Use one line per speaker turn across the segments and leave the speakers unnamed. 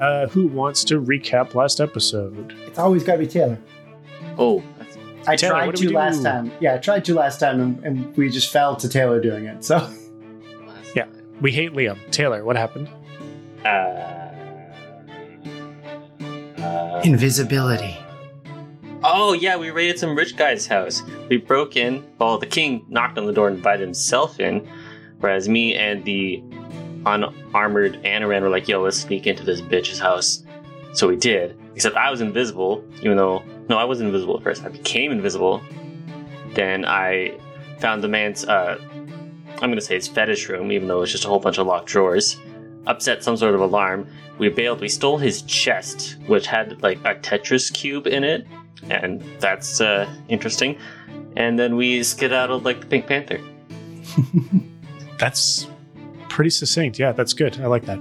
Uh, who wants to recap last episode?
It's always got to be Taylor.
Oh,
I
Taylor,
tried
what do we
to last
do?
time. Yeah, I tried to last time, and, and we just fell to Taylor doing it. So
last
Yeah. We hate Liam. Taylor, what happened?
Uh, uh,
Invisibility.
oh yeah, we raided some rich guy's house. We broke in. Well, the king knocked on the door and invited himself in, whereas me and the unarmored Anoran were like, "Yo, let's sneak into this bitch's house." So we did. Except I was invisible, even though no, I wasn't invisible at first. I became invisible. Then I found the man's. Uh, I'm gonna say his fetish room, even though it's just a whole bunch of locked drawers. Upset some sort of alarm, We bailed. We stole his chest, which had like a Tetris cube in it, and that's uh, interesting. And then we skedaddled like the Pink Panther.
That's pretty succinct. Yeah, that's good. I like that.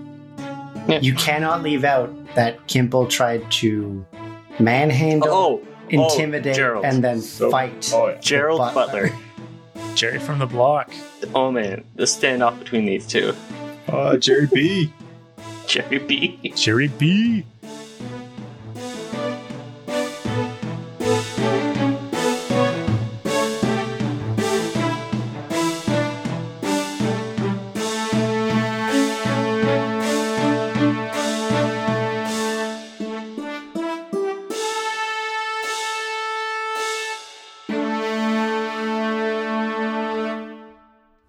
you cannot leave out that Kimble tried to manhandle,
Oh,
intimidate,
Gerald.
and then
So-
fight.
uh,
Oh yeah.
Gerald
But-
Butler.
Jerry from the block.
Oh man, the standoff between these two.
Uh, Jerry B.
Jerry B.
Jerry B.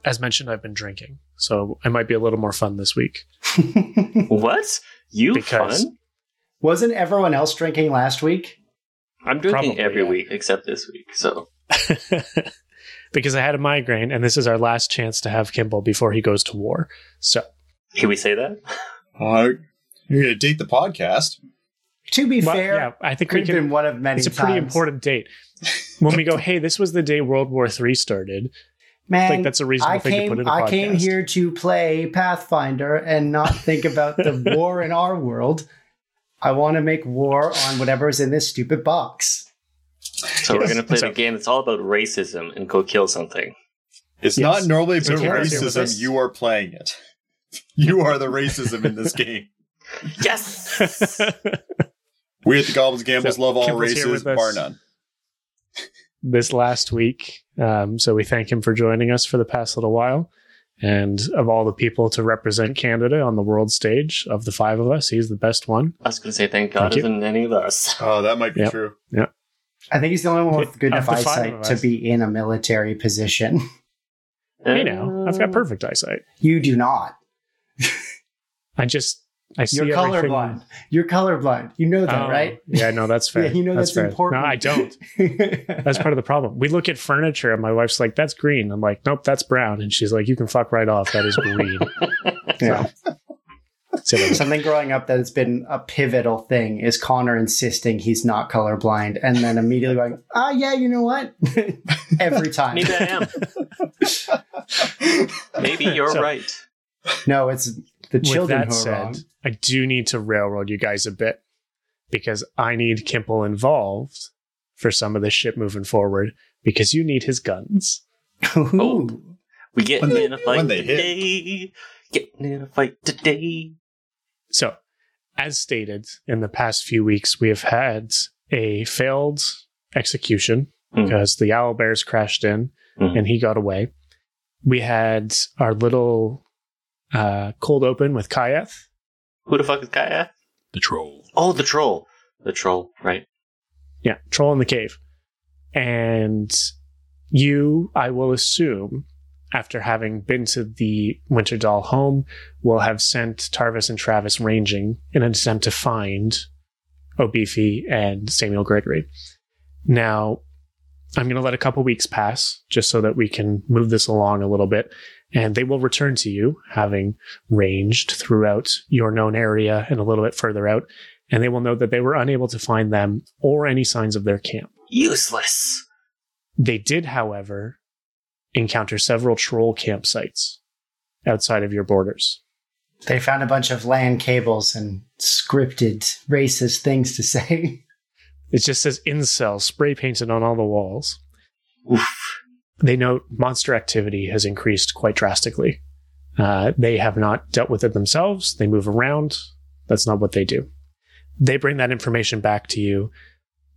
As mentioned, I've been drinking, so I might be a little more fun this week.
what? You
Because-
fun?
Wasn't everyone else drinking last week?
I'm drinking
Probably,
every
yeah.
week except this week. So
because I had a migraine, and this is our last chance to have Kimball before he goes to war. So
can we say that?
Uh, you're gonna date the podcast.
To be
well,
fair,
yeah, I think
could
we
have
can.
been one of many.
It's a pretty
times.
important date. When we go, hey, this was the day World War III started.
man.
like that's a reasonable
I
thing
came,
to put in a
I
podcast.
came here to play Pathfinder and not think about the war in our world. I want to make war on whatever's in this stupid box.
So we're
Yes.
gonna play
So-
the game that's all about racism and go kill something.
It's
Yes.
not normally
So
about
Taylor's here with
racism.
us.
You are playing it. You are the racism in this game.
Yes.
We at the Goblins Gambles
So,
love all
Kimball's here
races,
with us.
bar none.
this last week. Um, so we thank him for joining us for the past little while. And of all the people to represent Canada on the world stage, of the five of us, he's the best one.
I was gonna say thank God
Thank you.
isn't any of us.
Oh, that might be
Yep.
true.
I think he's the only one with good
Of
enough
the five
eyesight
of
to
us.
be in a military position.
Hey, now I've
Oh.
got perfect eyesight.
You do not.
I just I see
You're
everything-
colorblind. You're colorblind. You know that,
Oh,
right?
Yeah, no, that's fair.
Yeah, you know that's,
fair.
important.
No, I don't. That's part of the problem. We look at furniture, and my wife's like, "That's green." I'm like, "Nope, that's brown." And she's like, "You can fuck right off. That is green."
Yeah.
So,
Something growing up that has been a pivotal thing is Connor insisting he's not colorblind and then immediately going, ah, yeah, you know what? Every time.
Maybe I am. Maybe you're
So-
right.
No, it's the
with
children
that
who are
said,
wrong.
I do need to railroad you guys a bit because I need Kimple involved for some of this shit moving forward because you need his guns. oh.
Ooh.
We get
When they-
in a fight
when they hit.
today. Getting in a fight today.
So, as stated in the past few weeks, we have had a failed execution
Mm.
because the owl bears crashed in
Mhm.
and he got away. We had our little uh, cold open with Kayeth.
Who the fuck is Kaya?
The troll.
Oh, the troll. The troll, right?
Yeah, troll in the cave. And you, I will assume, after having been to the Winterdahl home, will have sent Tarvis and Travis ranging in an attempt to find Obifi and Samuel Gregory. Now, I'm going to let a couple weeks pass just so that we can move this along a little bit. And they will return to you, having ranged throughout your known area and a little bit further out and they will know that they were unable to find them or any signs of their camp.
Useless.
They did, however, encounter several troll campsites outside of your borders.
They found a bunch of land cables and scripted racist things to say.
It just says incel spray painted on all the walls.
Oof.
They note monster activity has increased quite drastically. Uh, they have not dealt with it themselves. They move around. That's not what they do. They bring that information back to you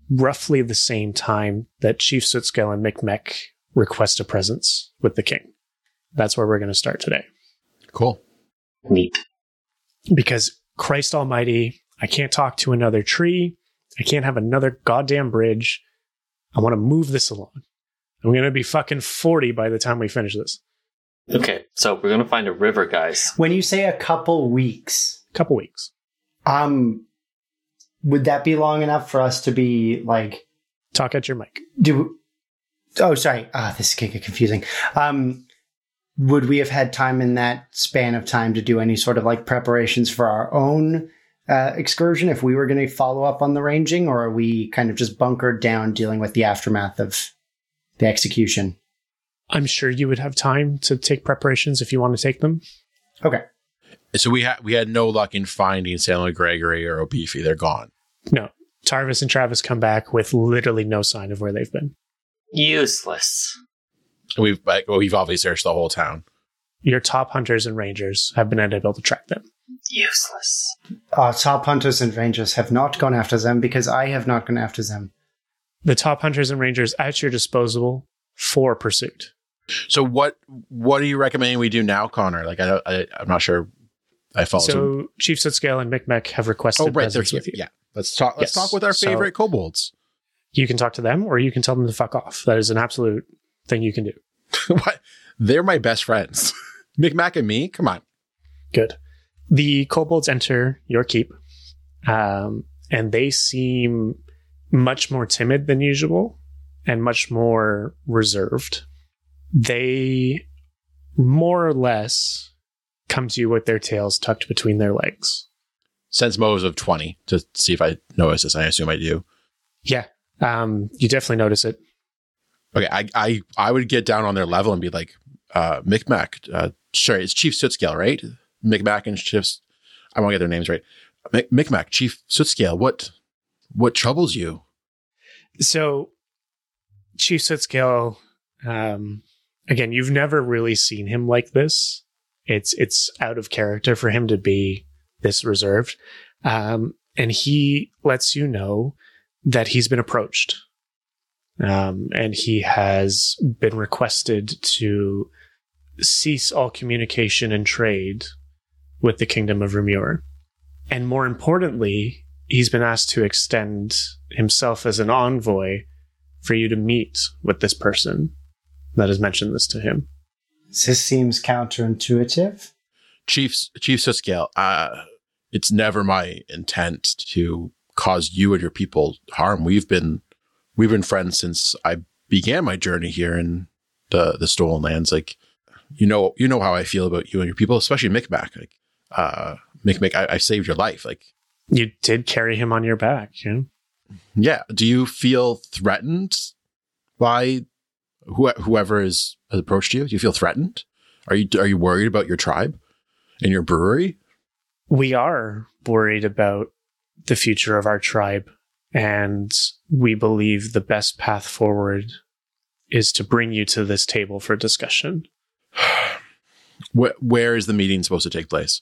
roughly the same time that Chief Sootscale and Micmac request a presence with the king. That's where we're going to start today.
Cool.
Neat.
Because Christ Almighty, I can't talk to another tree. I can't have another goddamn bridge. I want to move this along. I'm going to be fucking 40 by the time we finish this.
Okay, so we're gonna find a river, guys.
When you say a couple weeks,
Couple weeks.
um, would that be long enough for us to be like,
Talk at your mic.
do? Oh, sorry. Ah, this is gonna get confusing. Um, would we have had time in that span of time to do any sort of like preparations for our own uh, excursion if we were going to follow up on the ranging, or are we kind of just bunkered down dealing with the aftermath of the execution?
I'm sure you would have time to take preparations if you want to take them.
Okay.
So we had we had no luck in finding Samuel Gregory or Opifi. They're gone.
No. Tarvis and Travis come back with literally no sign of where they've been.
Useless.
And we've like, well, we've obviously searched the whole town.
Your top hunters and rangers have been unable to track them.
Useless.
Our top hunters and rangers have not gone after them because I have not gone after them.
The top hunters and rangers at your disposal for pursuit.
So what what are you recommending we do now, Connor? Like I, don't- I I'm not sure. I follow.
So Chief Sootscale and Micmac have requested
oh right, they're
presence
here.
with you.
Yeah, let's talk. Let's
Yes.
talk with our
So-
favorite kobolds.
You can talk to them or you can tell them to fuck off. That is an absolute thing you can do.
what? They're my best friends. Micmac and me. Come on.
Good. The kobolds enter your keep, um, and they seem much more timid than usual and much more reserved. They more or less come to you with their tails tucked between their legs.
Sense motives of twenty to see if I notice this. I assume I do.
Um, you definitely notice it.
Okay, I I I would get down on their level and be like, uh, Micmac. Uh, sorry, it's Chief Sootscale, right? Micmac and Chiefs. I won't get their names right. Mic- Micmac, Chief Sootscale. What what troubles you?
So, Chief Sootscale, um, again, you've never really seen him like this. It's it's out of character for him to be this reserved, um, and he lets you know that he's been approached, um, and he has been requested to cease all communication and trade with the Kingdom of Remur, and more importantly, he's been asked to extend himself as an envoy for you to meet with this person that has mentioned this to him.
This seems counterintuitive.
Chief Chief Sootscale. Uh, it's never my intent to cause you and your people harm. We've been we've been friends since I began my journey here in the the stolen lands. Like you know you know how I feel about you and your people, especially Micmac. Like uh, Micmac, I, I saved your life. Like
You did carry him on your back. You know?
Yeah. Do you feel threatened by who, whoever is, has approached you? Do you feel threatened? Are you are you worried about your tribe and your brewery?
We are worried about the future of our tribe, and we believe the best path forward is to bring you to this table for discussion.
Where, where is the meeting supposed to take place?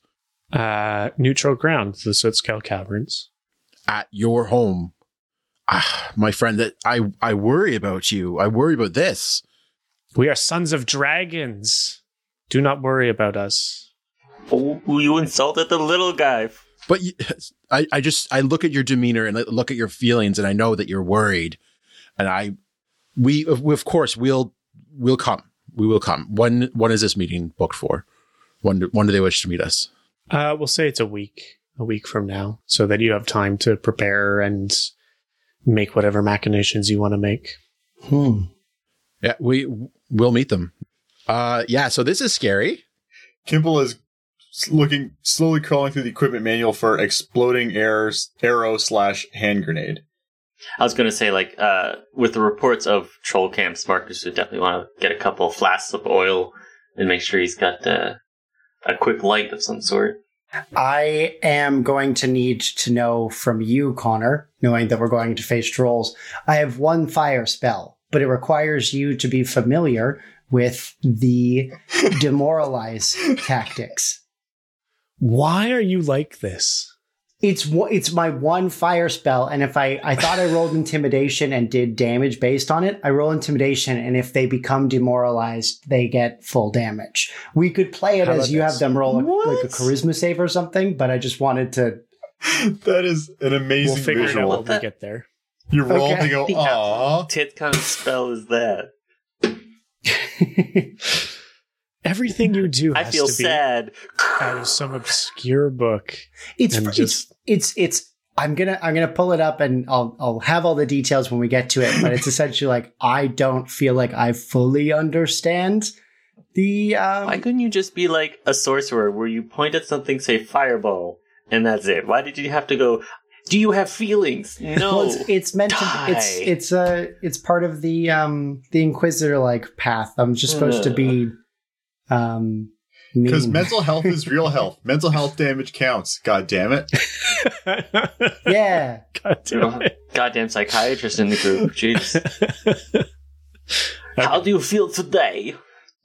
Uh, neutral ground, the Sootscale Caverns.
At your home, ah, my friend. That I I worry about you. I worry about this.
We are sons of dragons. Do not worry about us.
Oh, you insulted the little guy.
But you, I I just I look at your demeanor and I look at your feelings and I know that you're worried, and I we of course we'll we'll come we will come. When when is this meeting booked for? When do, when do they wish to meet us?
Uh, we'll say it's a week, a week from now, so that you have time to prepare and make whatever machinations you want to make.
Hmm.
Yeah, we we'll meet them. Uh, yeah. So this is scary.
Kimble is looking slowly crawling through the equipment manual for exploding arrows, arrow slash hand grenade.
I was gonna say, like, uh, with the reports of troll camps, Marcus would definitely want to get a couple flasks of oil and make sure he's got uh, a quick light of some sort.
I am going to need to know from you, Connor, knowing that we're going to face trolls. I have one fire spell, but it requires you to be familiar with the demoralize tactics.
Why are you like this?
it's one- it's my one fire spell, and if I I thought I rolled intimidation and did damage based on it, I roll intimidation, and if they become demoralized, they get full damage. We could play it
How
as
about
you have
this?
them roll a, like a
What?
charisma save or something, but I just wanted to.
that is an amazing
We'll figure it out
visual.
when
What the-
we get there.
You roll
Okay.
and you go,
Yeah.
aw.
Tit kind of spell is that?
Everything you do
I
has
feel
to be
sad.
out of some obscure book.
It's
And
it's
just-
it's it's. I'm gonna I'm gonna pull it up and I'll I'll have all the details when we get to it. But it's essentially like I don't feel like I fully understand the. Um,
Why couldn't you just be like a sorcerer where you point at something, say fireball, and that's it? Why did you have to go, do you have feelings? No.
Well, it's, it's meant to. It's
die.
it's uh, it's part of the um the inquisitor like path. I'm just supposed to be, um,
Because
mean.
mental health is real health. Mental health damage counts. God damn it.
God
yeah.
damn it.
Goddamn psychiatrist in the group. Jeez. How do you feel today?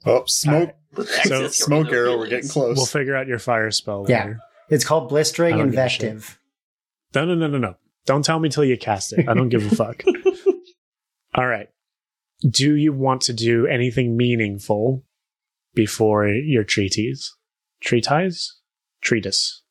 Oh, smoke,
With
So-
access to
smoke
your
arrow.
feelings.
We're getting close.
We'll figure out your fire spell
Yeah.
later.
It's called blistering
I don't give a shit.
invective.
No, no, no, no, no. Don't tell me till you cast it. I don't give a fuck. All right. Do you want to do anything meaningful before your treatise? Treatise? Treatise.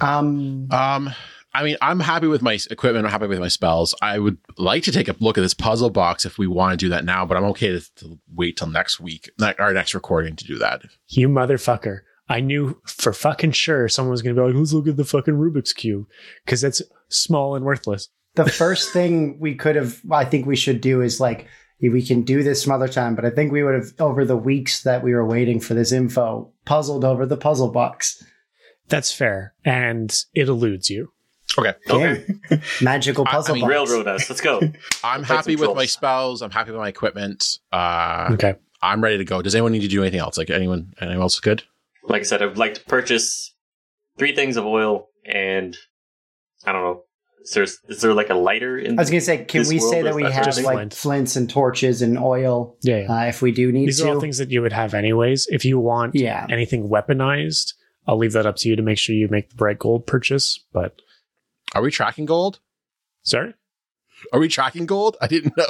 Um,
Um, I mean, I'm happy with my s- equipment. I'm happy with my spells. I would like to take a look at this puzzle box if we want to do that now, but I'm okay to, to wait till next week, ne- our next recording to do that.
You motherfucker. I knew for fucking sure someone was going to be like, let's look at the fucking Rubik's Cube because that's small and worthless.
the first thing we could have, I think we should do is like we can do this some other time, but I think we would have over the weeks that we were waiting for this info puzzled over the puzzle box.
That's fair. And it eludes you.
Okay.
Okay. Magical
I- I
puzzle
mean,
box.
Railroad us. Let's go.
I'm
Fight
happy
some
with my
trolls.
spells. I'm happy with my equipment. Uh,
Okay.
I'm ready to go. Does anyone need to do anything else? Like anyone, anyone else good?
like I said, I'd like to purchase three things of oil and I don't know. Is there is there like a lighter in
I was gonna say, can
This
we say
world
that
is
we
not
have
just
like
flint.
flints and torches and oil
Yeah. yeah.
uh, if we do need
These
to?
are all things that you would have anyways. If you want
yeah.
anything weaponized, I'll leave that up to you to make sure you make the bright gold purchase. But
Are we tracking gold?
sorry.
Are we tracking gold? I didn't know.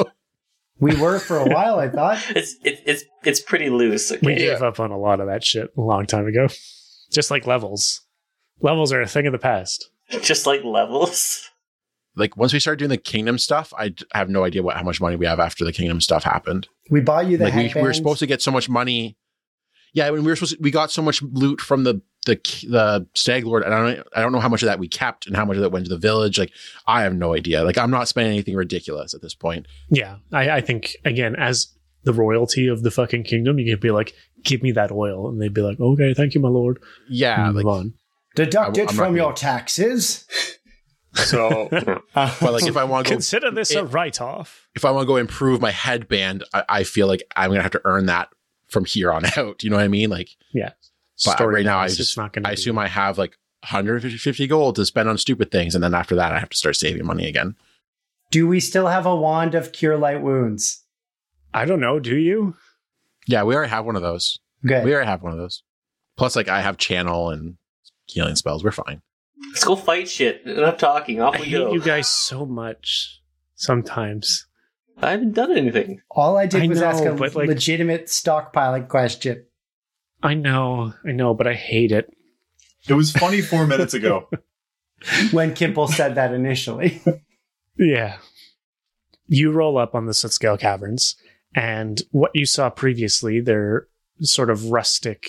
We were for a while, I thought.
It's it, it's it's pretty loose.
We
Okay?
gave up on a lot of that shit a long time ago. Just like levels. Levels are a thing of the past.
Just like levels.
Like once we started doing the kingdom stuff, I d- have no idea what how much money we have after the kingdom stuff happened.
We bought you the
like we,
headband.
we were supposed to get so much money. Yeah, when we were supposed to, we got so much loot from the the k- the stag lord, and I don't I don't know how much of that we kept and how much of that went to the village. Like I have no idea. Like I'm not spending anything ridiculous at this point.
Yeah. I, I think, again, as the royalty of the fucking kingdom, you could be like, give me that oil. And they'd be like, okay, thank you, my lord.
Ah,
Yeah,
and
like
move on.
deduct
I-
it
I'm
from
not
your
gonna-
taxes.
So
but like if I want to go,
Consider this a write off.
if I want to go improve my headband, I, I feel like I'm gonna have to earn that from here on out. You know what I mean? Like But right now, I just-
not going
I assume I have like 150 gold to spend on stupid things, and then after that, I have to start saving money again.
Do we still have a wand of cure light wounds?
I don't know. Do you?
Yeah, we already have one of those.
Good.
We already have one of those. Plus, like I have channel and healing spells. We're fine.
Let's go fight shit. Enough talking. Off
I
we
hate
go.
you guys so much sometimes.
I haven't done anything.
All I did
I
was
know,
ask a
but, like-
legitimate stockpiling question.
I know. I know, but I hate it.
it was funny four minutes ago.
When Kimple said that initially,
Yeah. You roll up on the Sutskale Caverns, and what you saw previously, their sort of rustic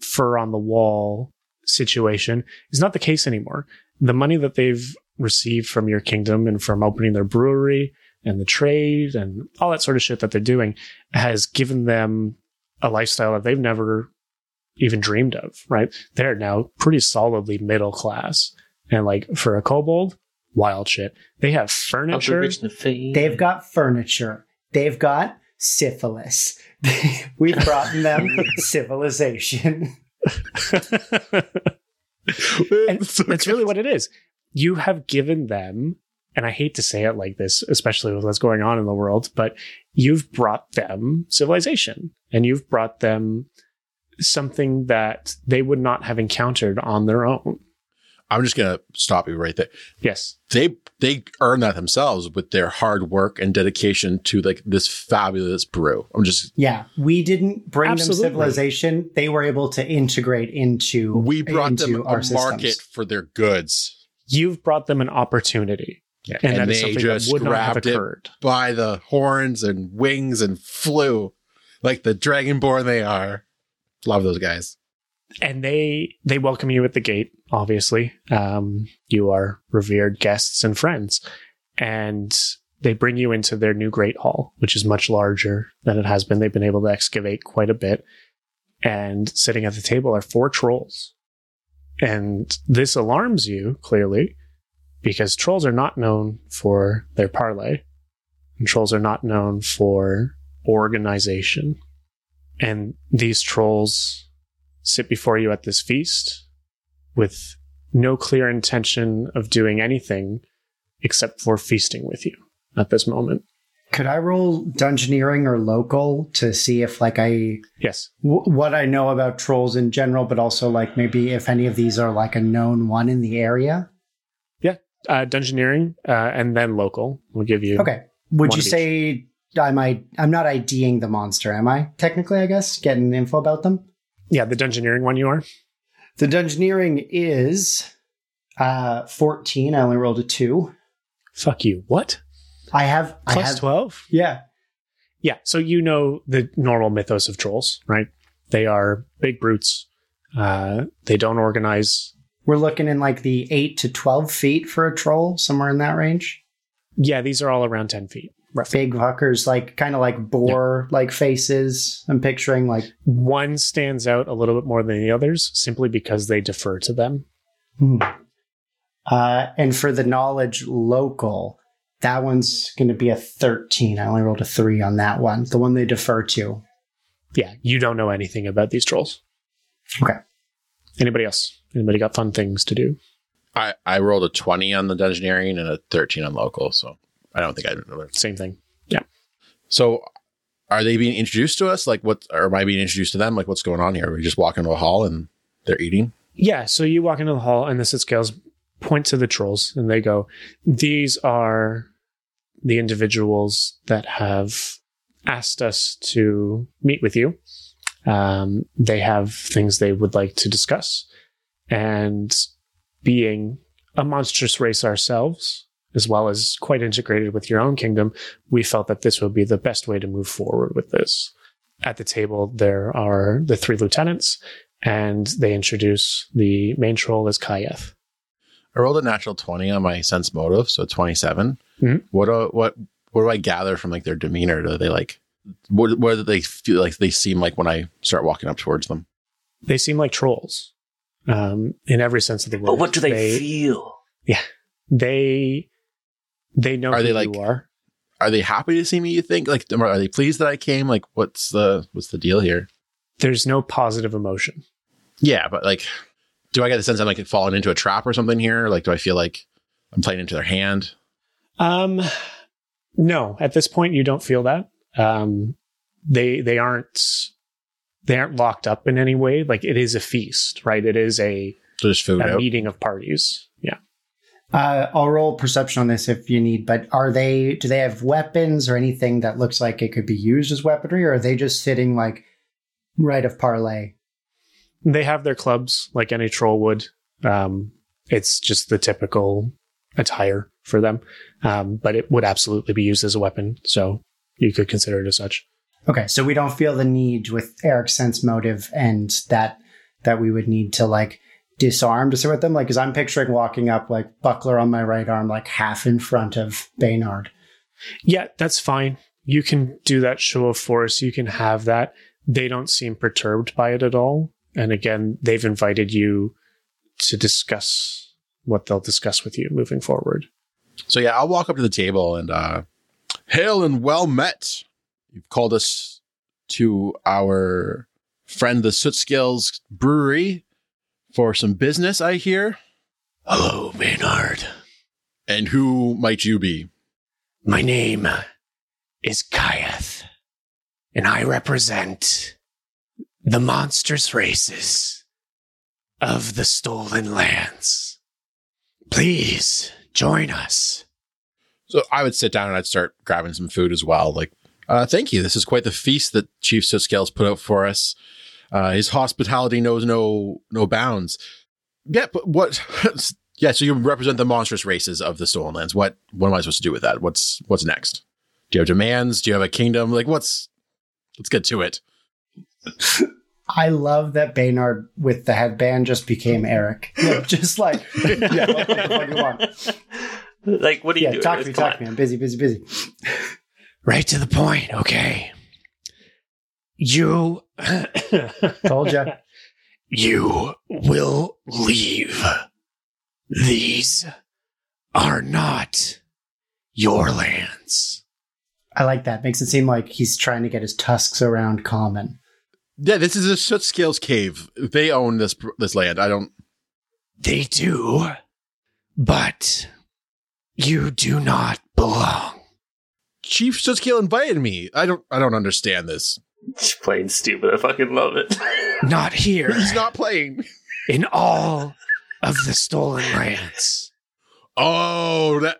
fur on the wall situation, is not the case anymore. The money that they've received from your kingdom and from opening their brewery and the trade and all that sort of shit that they're doing has given them a lifestyle that they've never even dreamed of, right? They're now pretty solidly middle class. And like for a kobold, wild shit. They have
I'll be
furniture.
rich in the fade.
they've got furniture. They've got syphilis. We've brought them civilization.
And that's really what it is. You have given them, and I hate to say it like this, especially with what's going on in the world, but you've brought them civilization and you've brought them something that they would not have encountered on their own.
I'm just gonna stop you right there.
Yes.
They they earned that themselves with their hard work and dedication to like this fabulous brew. I'm just
Yeah, we didn't bring
Absolutely.
them civilization. They were able to integrate into
we brought
into
them a market
systems.
for their goods
You've brought them an opportunity.
Yeah.
And,
And
that is
they
something that
just
would not have
grabbed it.
occurred.
by the horns and wings and flew like the dragonborn they are. Love those guys.
and they they welcome you at the gate obviously um, you are revered guests and friends and they bring you into their new great hall which is much larger than it has been they've been able to excavate quite a bit and sitting at the table are four trolls and this alarms you clearly because trolls are not known for their parlay and trolls are not known for organization and these trolls sit before you at this feast with no clear intention of doing anything except for feasting with you at this moment.
Could I roll dungeoneering or local to see if like I
Yes.
w- what I know about trolls in general, but also like maybe if any of these are like a known one in the area?
Uh, dungeoneering uh, and then local will give you.
Okay. Would
One
you
of each.
say I might? I'm not IDing the monster, am I? Technically, I guess getting info about them.
Yeah, the dungeoneering one you are.
The dungeoneering is uh 14. I only rolled a two.
Fuck you. What?
I have I have
12?
yeah.
Yeah. So you know the normal mythos of trolls, right? They are big brutes. Uh, they don't organize.
We're looking in like the eight to 12 feet for a troll, somewhere in that range.
Yeah, these are all around 10 feet, roughly.
Big huckers, like kind of like boar like faces. I'm picturing like
One stands out a little bit more than the others simply because they defer to them.
Hmm. Uh, and for the knowledge local, that one's going to be a 13. I only rolled a three on that one, the one they defer to.
yeah, you don't know anything about these trolls.
Okay.
Anybody else? Anybody got fun things to do?
I, I rolled a 20 on the dungeoneering and a 13 on local, so I don't think I learned.
Same thing.
So are they being introduced to us? Like what or am I being introduced to them? Like what's going on here? Are we just walk into a hall and they're eating?
Yeah, so you walk into the hall and the Sith Scales point to the trolls and they go, These are the individuals that have asked us to meet with you. Um, they have things they would like to discuss. And being a monstrous race ourselves, as well as quite integrated with your own kingdom, we felt that this would be the best way to move forward with this. At the table, there are the three lieutenants, and they introduce the main troll as Kayeth.
I rolled a natural 20 on my sense motive, so 27.
Mhm.
What do, what what do I gather from like their demeanor? Do they like what what do they feel like they seem like when I start walking up towards them?
They seem like trolls um, in every sense of the word.
But what do they,
They
feel?
they, they know
Are
who
they,
you
like-
are.
Are they happy to see me, you think? Like are they pleased that I came? Like what's the what's the deal here?
There's no positive emotion.
Yeah, but like, do I get the sense I'm like falling into a trap or something here? Like, do I feel like I'm playing into their hand?
Um, no, at this point you don't feel that. Um, they they aren't they aren't locked up in any way. Like it is a feast, right? It is a,
So just food
a
out.
meeting of parties. Yeah.
Uh, I'll roll perception on this if you need, but are they, do they have weapons or anything that looks like it could be used as weaponry, or are they just sitting like right of parlay?
They have their clubs like any troll would. Um, it's just the typical attire for them, um, but it would absolutely be used as a weapon. So you could consider it as such.
Okay, so we don't feel the need with Eric's sense motive and that that we would need to like disarm to sit with them. Like, because I'm picturing walking up like buckler on my right arm, like half in front of Baynard.
Yeah, that's fine. You can do that show of force. You can have that. They don't seem perturbed by it at all. And again, they've invited you to discuss what they'll discuss with you moving forward.
So yeah, I'll walk up to the table and uh hail and well met. You've called us to our friend the Sootskills Brewery for some business, I hear.
Hello, Maynard.
And who might you be?
My name is Kaiath, and I represent the monstrous races of the stolen lands.
Please join us.
So I would sit down and I'd start grabbing some food as well. Like, uh, thank you. This is quite the feast that Chief Siskel's put out for us. Uh, his hospitality knows no no bounds. Yeah, but what? yeah, so you represent the monstrous races of the Stolen Lands. What what am I supposed to do with that? What's what's next? Do you have demands? Do you have a kingdom? Like, what's? Let's get to it.
I love that Baynard with the headband just became Eric. Yeah, just like, yeah, what the fuck you want?
Like, what are you
yeah,
doing?
talk
It's-
to me,
come
talk
on.
to me. I'm busy, busy, busy.
Right to the point, okay? You.
Told ya.
You will leave. These are not your lands.
I like that. Makes it seem like he's trying to get his tusks around Common.
Yeah, this is a Siskel's cave. They own this this land. I don't.
They do, but you do not belong.
Chief Siskel invited me. I don't. I don't understand this.
It's plain stupid. I fucking love it.
Not here,
He's not playing.
in all of the stolen lands.
Oh, that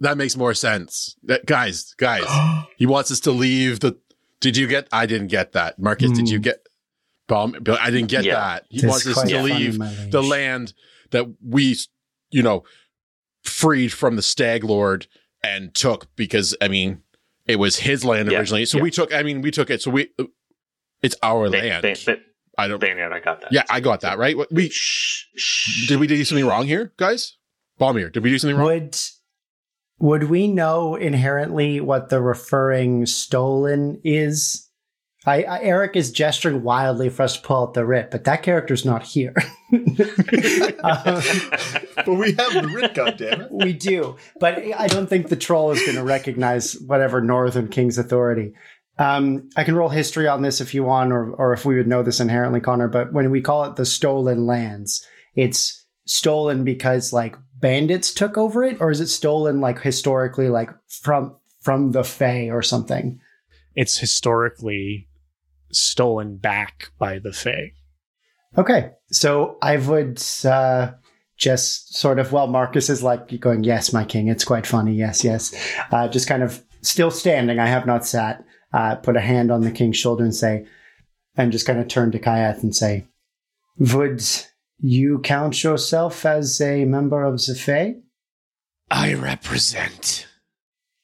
that makes more sense. That guys, guys, he wants us to leave the. Did you get? I didn't get that, Marcus. Did you
Hmm.
get? Bomb, Bill, I didn't get
Yeah.
that. He
Tis
wants us
quite
to
funny,
leave
my liege.
the land that we, you know, freed from the Stag Lord and took because I mean, it was his land
Yeah.
originally. So we took. I mean, we took it. So we, it's our
Ban-
land.
ban- ban-
I don't.
Baynard, I got that.
yeah, I got that right. What- We
Shh, shh.
did we do something wrong here, guys? Bomb here. Did we do something wrong?
Would would we know inherently what the referring stolen is? I, I Eric is gesturing wildly for us to pull out the writ, but that character's not here. Um,
but we have the writ, goddammit.
we do, but I don't think the troll is going to recognize whatever Northern King's authority. Um, I can roll history on this if you want, or or if we would know this inherently, Connor. But when we call it the stolen lands, it's stolen because like bandits took over it, or is it stolen like historically, like from from the Fae or something?
It's historically stolen back by the Fae.
Okay, so I would uh, just sort of well, Marcus is like going, "Yes, my king, it's quite funny. Yes, yes." Uh, just kind of still standing. I have not sat. Uh, put a hand on the king's shoulder and say, and just kind of turn to Kyath and say, "Would you count yourself as a member of the Fae?
I represent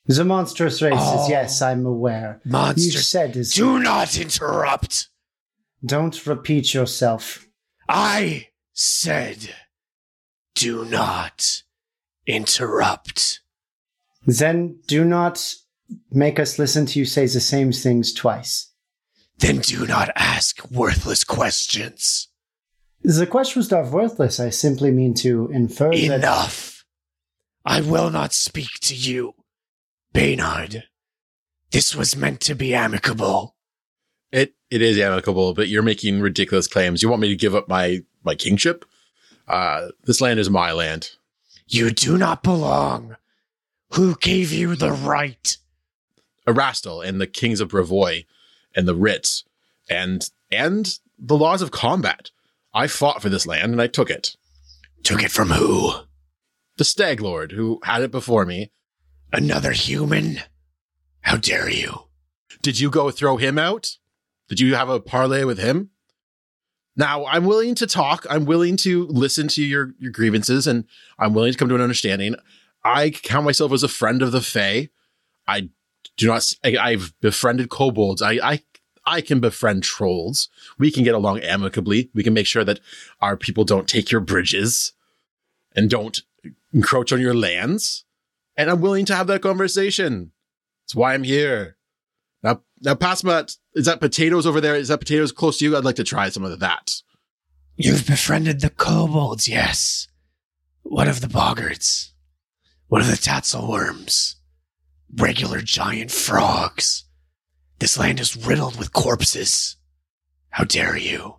The monstrous races.
Oh.
Yes, I'm aware. You
monsters.
said is
Do not interrupt.
don't repeat yourself."
I said, do not interrupt.
Then do not make us listen to you say the same things twice.
Then do not ask worthless questions.
The question was not worthless. I simply mean to infer that.
Enough. I will not speak to you, Baynard. This was meant to be amicable.
It it is amicable, but you're making ridiculous claims. You want me to give up my my kingship? Uh, this land is my land.
You do not belong. Who gave you the right?
Erastil and the kings of Brevoy and the writs and and the laws of combat. I fought for this land and I took it.
Took it from who?
The Stag Lord, who had it before me,
Another human? How dare you?
did you go throw him out? Did you have a parley with him? Now I'm willing to talk. I'm willing to listen to your your grievances, and I'm willing to come to an understanding. I count myself as a friend of the Fae. I do not. s- I, have befriended kobolds. I, I I can befriend trolls. We can get along amicably. We can make sure that our people don't take your bridges and don't encroach on your lands. And I'm willing to have that conversation. That's why I'm here. Now, now, Pasmat, is that potatoes over there? Is that potatoes close to you? I'd like to try some of that.
You've befriended the kobolds, yes. What of the boggarts? What of the tassel worms? Regular giant frogs. This land is riddled with corpses. How dare you?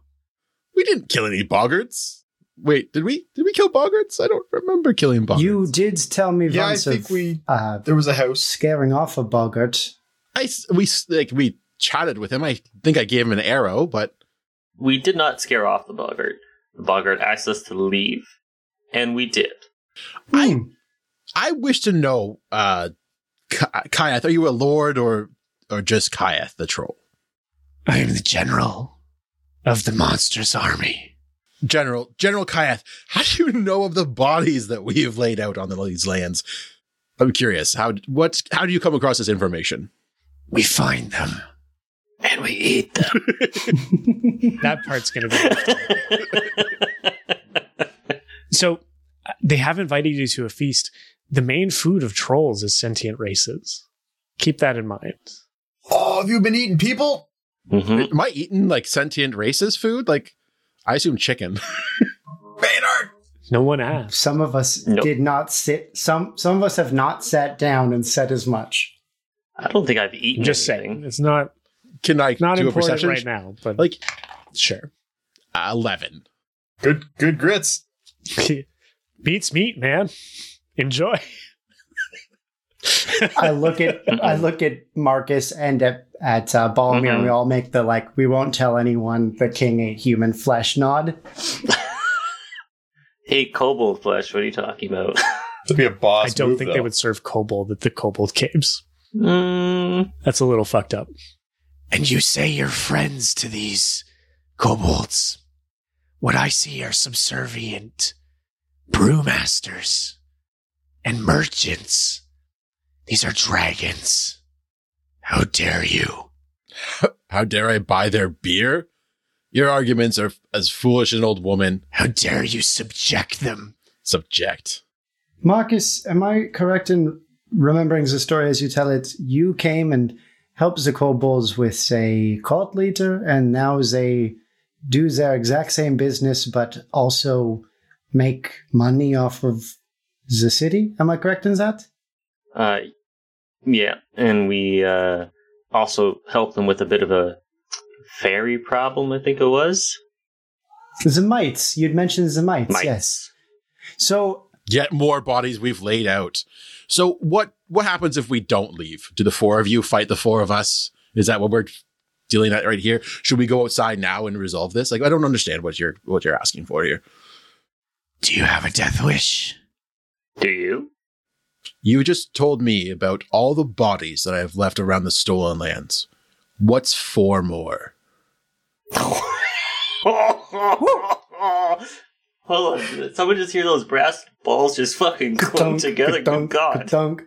We didn't kill any boggarts. Wait, did we? Did we kill boggarts? I don't remember killing boggarts.
You did tell me
Yeah, I
once
think
of
we-
uh,
There was a house.
scaring off a boggart.
I s- we s- like we chatted with him. I think I gave him an arrow, but
We did not scare off the boggart. The boggart asked us to leave, and we did.
I I wish to know, uh, Ka- Kaiath, are you a lord or or just Kaiath the troll?
I am the general of the monster's army.
General General Kaiath, how do you know of the bodies that we have laid out on these lands? I'm curious. How what's how do you come across this information?
We find them and we eat them.
That part's going to be. So uh, they have invited you to a feast. The main food of trolls is sentient races. Keep that in mind.
Oh, have you been eating people?
Mhm.
Am I eating like sentient races food? Like I assume chicken.
Maynard!
No one asked.
Some of us
Nope.
did not sit. Some some of us have not sat down and said as much.
I don't think I've eaten.
Just
anything.
saying, it's not
Can I
not
do a
important
perception?
right now, but
Like
sure,
uh, eleven.
Good good grits.
beats meat, man. Enjoy.
I look at I look at Marcus and at at uh, Balmir, and
Mhm.
we all make the like. We won't tell anyone the king ate human flesh nod.
Hey, kobold flesh. What are you talking about?
That'd be a boss.
I don't
move,
think
though.
they would serve kobold at the kobold caves.
Mm,
That's a little fucked up.
And you say you're friends to these kobolds. What I see are subservient brewmasters and merchants. These are dragons. How dare you?
How dare I buy their beer? Your arguments are f- as foolish as an old woman.
How dare you subject them?
Subject.
Marcus, am I correct in remembering the story as you tell it? You came and helped the kobolds with a cult leader, and now they do their exact same business, but also make money off of the city. Am I correct in that?
uh, yeah, and we uh, also helped them with a bit of a fairy problem. I think it was.
The mites. You'd mentioned the mites,
Mites.
yes. So
Yet more bodies we've laid out. So what what happens if we don't leave? Do the four of you fight the four of us? Is that what we're dealing at right here? Should we go outside now and resolve this? Like I don't understand what you're what you're asking for here.
Do you have a death wish?
Do you?
You just told me about all the bodies that I have left around the stolen lands. What's four more?
Hold on, did someone just hear those brass balls just fucking clump
dunk,
together. Good
dunk,
God!
dunk.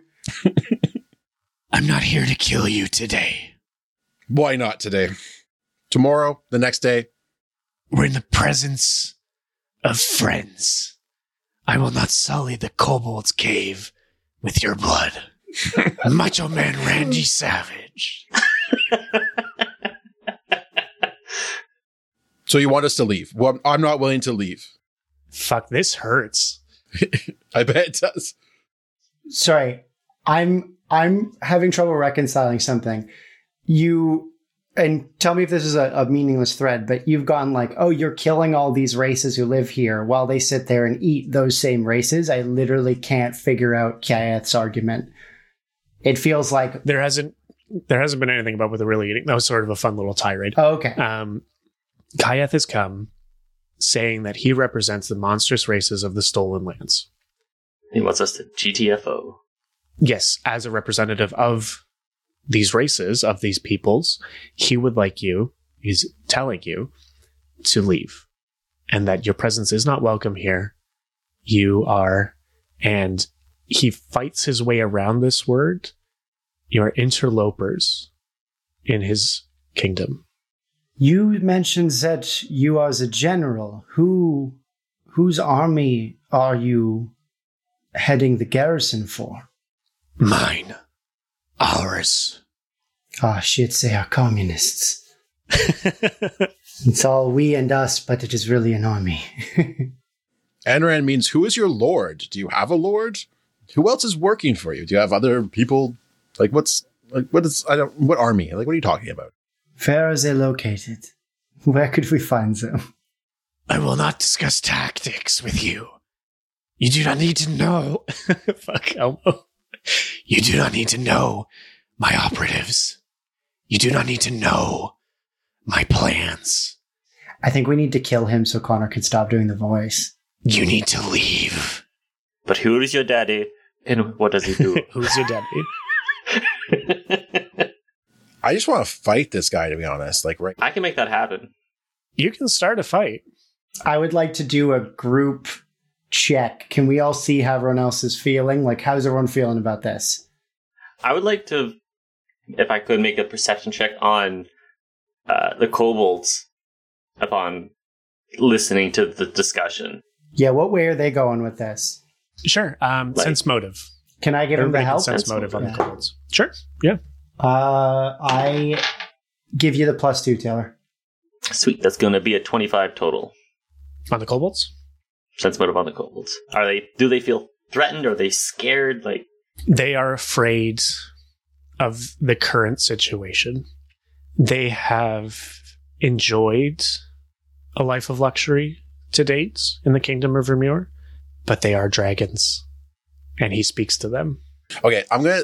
I'm not here to kill you today.
Why not today? Tomorrow, the next day,
We're in the presence of friends. I will not sully the kobold's cave with your blood. Macho Man Randy Savage.
So you want us to leave? Well, I'm not willing to leave.
Fuck, this hurts.
I bet it does.
sorry i'm i'm having trouble reconciling something you and tell me if this is a, a meaningless thread but you've gone like oh you're killing all these races who live here while they sit there and eat those same races i literally can't figure out Kyath's argument it feels like
There hasn't there hasn't been anything about what they're really eating. That was sort of a fun little tirade.
oh, okay
Um, Kaiath has come saying that he represents the monstrous races of the stolen lands.
He wants us to GTFO.
Yes, as a representative of these races, of these peoples, he would like you, he's telling you, to leave and that your presence is not welcome here. You are, and he fights his way around this word. You're interlopers in his kingdom.
you mentioned that you are the general who whose army are you heading the garrison for
Mine. Ours.
ah shit they are communists It's all we and us, but it is really an army.
Anran means who is your lord? Do you have a lord? Who else is working for you? Do you have other people? Like what's like what is I don't what army? Like what are you talking about?
Where are they located? Where could we find them?
I will not discuss tactics with you. You do not need to know.
Fuck Elmo.
You do not need to know my operatives. You do not need to know my plans.
I think we need to kill him so Connor can stop doing the voice.
You need to leave.
But who is your daddy and what does he do?
Who's your daddy?
I just want to fight this guy, to be honest. Like, right.
I can make that happen.
You can start a fight.
I would like to do a group check. Can we all see how everyone else is feeling? Like, how's everyone feeling about this?
I would like to, if I could, make a perception check on uh, the kobolds upon listening to the discussion.
Yeah, what way are they going with this?
Sure. Um,
Like-
sense motive.
Can I give them the
Everybody can
help?
sense
Sense
motive on the
motive.
kobolds. Sure. Yeah.
Uh, I give you the plus two, Taylor.
Sweet, that's going to be a 25 total.
On the kobolds.
Sense motive on the kobolds. Are they? Do they feel threatened? Are they scared? Like,
They are afraid of the current situation. They have enjoyed a life of luxury to date in the kingdom of Vermeer, but they are dragons. And he speaks to them.
Okay, I'm gonna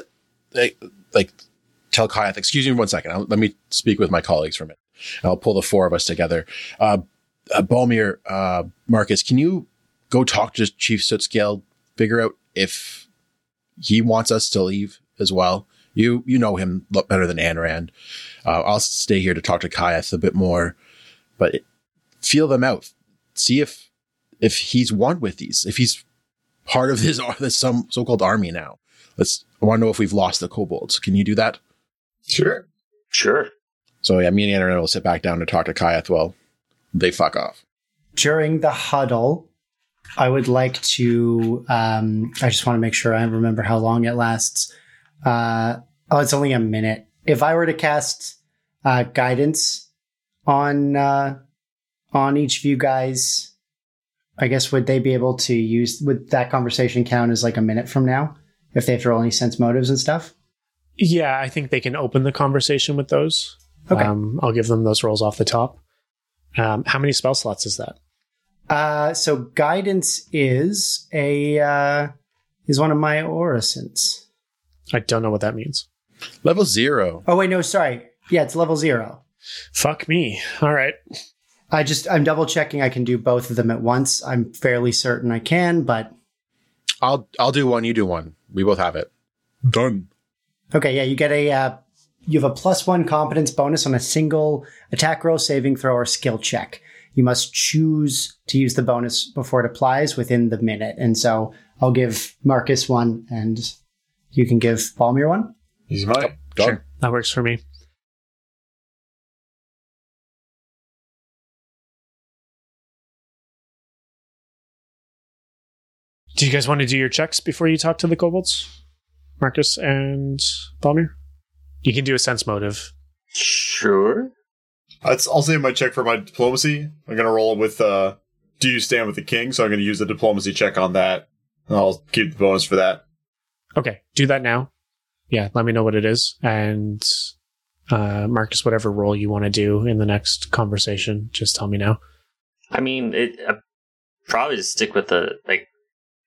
like, like tell Kyath, excuse me one second. I'll, let me speak with my colleagues for a minute. I'll pull the four of us together. Uh, uh Balmir, uh, Marcus, can you go talk to Chief Sutscale, figure out if he wants us to leave as well? You you know him lo- better than Anrand. Uh, I'll stay here to talk to Kyath a bit more, but it, feel them out. See if if he's one with these. If he's part of this, ar- this some so-called army now. Let's. I want to know if we've lost the kobolds. Can you do that?
Sure.
sure.
So yeah, me and Anna will sit back down to talk to Kyath. Well, they fuck off.
During the huddle, I would like to. Um, I just want to make sure I remember how long it lasts. Uh, oh, it's only a minute. If I were to cast uh, guidance on uh, on each of you guys, I guess would they be able to use? Would that conversation count as like a minute from now if they have to roll any sense motives and stuff?
Yeah, I think they can open the conversation with those.
Okay.
Um, I'll give them those rolls off the top. Um, how many spell slots is that?
Uh, so guidance is a uh, is one of my orisons.
I don't know what that means.
Level zero.
Oh wait, no, sorry. Yeah, it's level zero.
Fuck me. All right.
I just I'm double checking I can do both of them at once. I'm fairly certain I can, but
I'll I'll do one. You do one. We both have it. Done.
okay, yeah, you get a uh, you have a plus one competence bonus on a single attack roll, saving throw, or skill check. You must choose to use the bonus before it applies within the minute. And so I'll give Marcus one, and you can give Balmir one.
He's mine.
Done.
That works for me. Do you guys want to do your checks before you talk to the kobolds? Marcus and Balmir? You can do a sense motive.
Sure.
That's, I'll save my check for my diplomacy. I'm gonna roll with uh, "Do you stand with the king?" So I'm gonna use the diplomacy check on that. And I'll keep the bonus for that.
Okay, do that now. Yeah, let me know what it is. And uh, Marcus, whatever role you want to do in the next conversation, just tell me now.
I mean, it uh, probably just stick with the like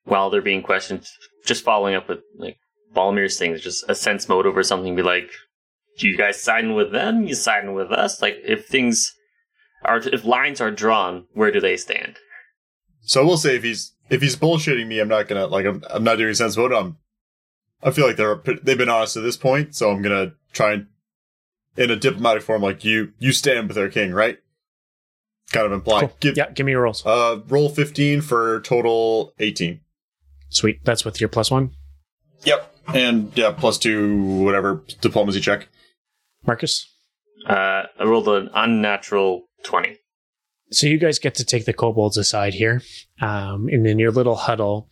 while they're being questioned, just following up with like Balmir's things, just a sense motive or something. Be like, do you guys sign with them? You sign with us? Like, if things are, if lines are drawn, where do they stand?
So I will say if he's if he's bullshitting me, I'm not gonna like I'm, I'm not doing sense vote. I'm I feel like they're they've been honest at this point, so I'm gonna try and in a diplomatic form like you you stand with our king, right? Kind of imply.
Cool.
Give,
yeah, give me your rolls.
Uh, roll fifteen for total eighteen.
Sweet. That's with your plus one.
Yep. And yeah, plus two whatever diplomacy check.
Marcus?
Uh, I rolled an unnatural twenty.
so you guys get to take the kobolds aside here um, and in your little huddle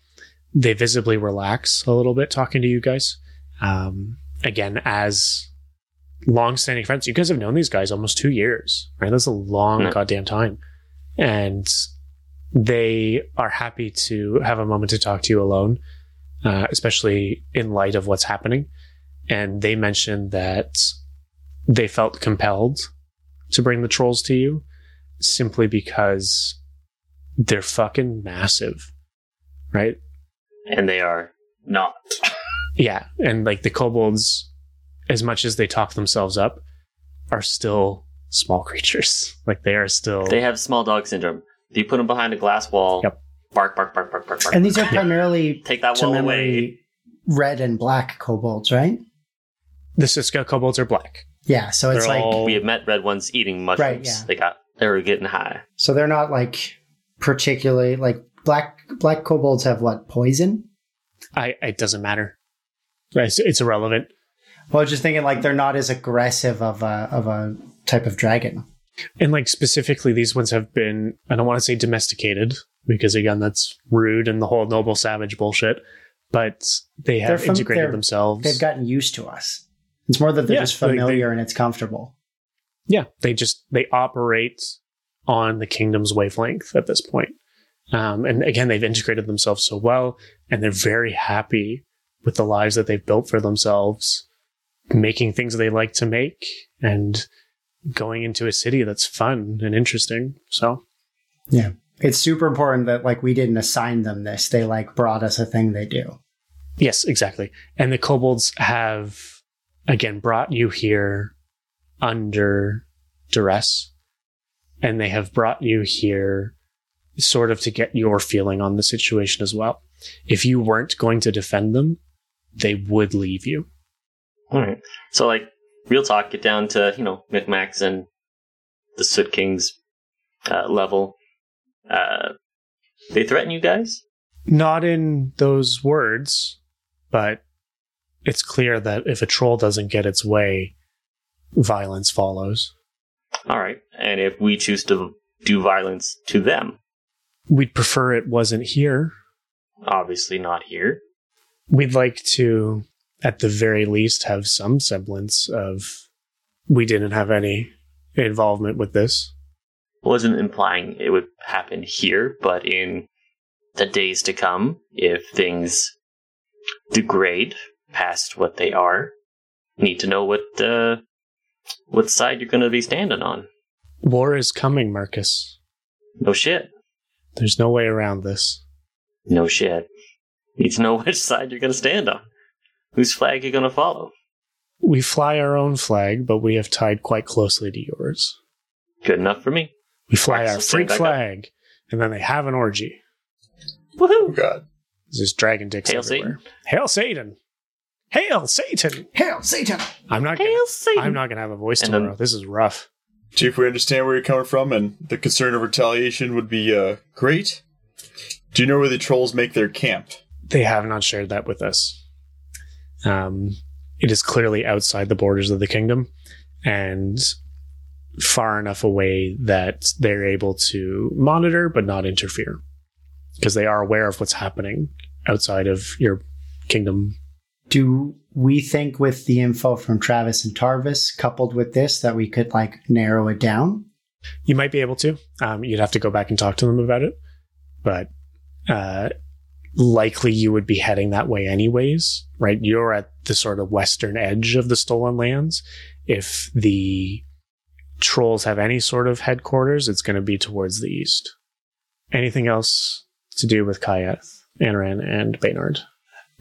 they visibly relax a little bit talking to you guys um, again as long-standing friends you guys have known these guys almost two years right that's a long
Yeah.
goddamn time and they are happy to have a moment to talk to you alone uh, especially in light of what's happening and they mentioned that they felt compelled to bring the trolls to you simply because they're fucking massive, right?
and they are not.
Yeah, and like the kobolds, as much as they talk themselves up, are still small creatures. Like they are still
Oh.
They have small dog syndrome. If you put them behind a glass wall,
Yep.
Bark, bark, bark, bark, bark, bark.
And these are primarily
Take that
to
wall away.
memory red and black kobolds, right?
The Cisco kobolds are black.
Yeah, so it's
They're
like
all-
We have met red ones eating mushrooms.
Right, yeah.
They got they were getting high.
so they're not like particularly like black black kobolds have what poison.
I, it doesn't matter. It's, it's irrelevant.
Well, I was just thinking like they're not as aggressive of a of a type of dragon.
And like specifically, these ones have been, I don't want to say domesticated, because again, that's rude and the whole noble savage bullshit, but they
They're
have
fam-
integrated
they're-
themselves.
They've gotten used to us. It's more that they're
Yeah,
just
like they-
familiar and it's comfortable.
yeah, they just, they operate on the kingdom's wavelength at this point. Um, and again, they've integrated themselves so well and they're very happy with the lives that they've built for themselves, making things they like to make and going into a city that's fun and interesting. So.
It's super important that like we didn't assign them this. They like brought us a thing they do.
Yes, exactly. And the kobolds have again brought you here under duress, and they have brought you here sort of to get your feeling on the situation as well. If you weren't going to defend them, they would leave you.
Alright. So like real talk, get down to, you know, Micmacs and the Soot King's uh, level. Uh they threaten you guys?
Not in those words, but it's clear that if a troll doesn't get its way, violence follows.
Alright. And if we choose to do violence to them,
We'd prefer it wasn't here,
obviously not here.
we'd like to at the very least have some semblance of we didn't have any involvement with this
wasn't implying it would happen here, but in the days to come, if things degrade past what they are, need to know what uh, what side you're going to be standing on.
war is coming marcus
No shit,
there's no way around this
no shit. Need to know which side you're going to stand on, whose flag you're going to follow.
we fly our own flag but we have tied quite closely to yours
Good enough for me.
we fly our
Alright, so stand
freak
back up.
flag and then they have an orgy
Oh
Woohoo!
god.
there's just dragon dicks
Hail
everywhere hail satan hail satan
Hail Satan!
i'm not gonna,
Hail Satan!
i'm not gonna have a voice
And then-
tomorrow this is rough
Chief, we understand where you're coming from, and the concern of retaliation would be uh, great. Do you know where the trolls make their camp?
they have not shared that with us. Um, it is clearly outside the borders of the kingdom and far enough away that they're able to monitor but not interfere because they are aware of what's happening outside of your kingdom.
Do we think with the info from Travis and Tarvis coupled with this that we could like narrow it down?
You might be able to. Um, you'd have to go back and talk to them about it, but uh, likely you would be heading that way anyways, right? You're at the sort of western edge of the stolen lands. If the trolls have any sort of headquarters, it's going to be towards the east. Anything else to do with Kyath, Anoran, and Baynard?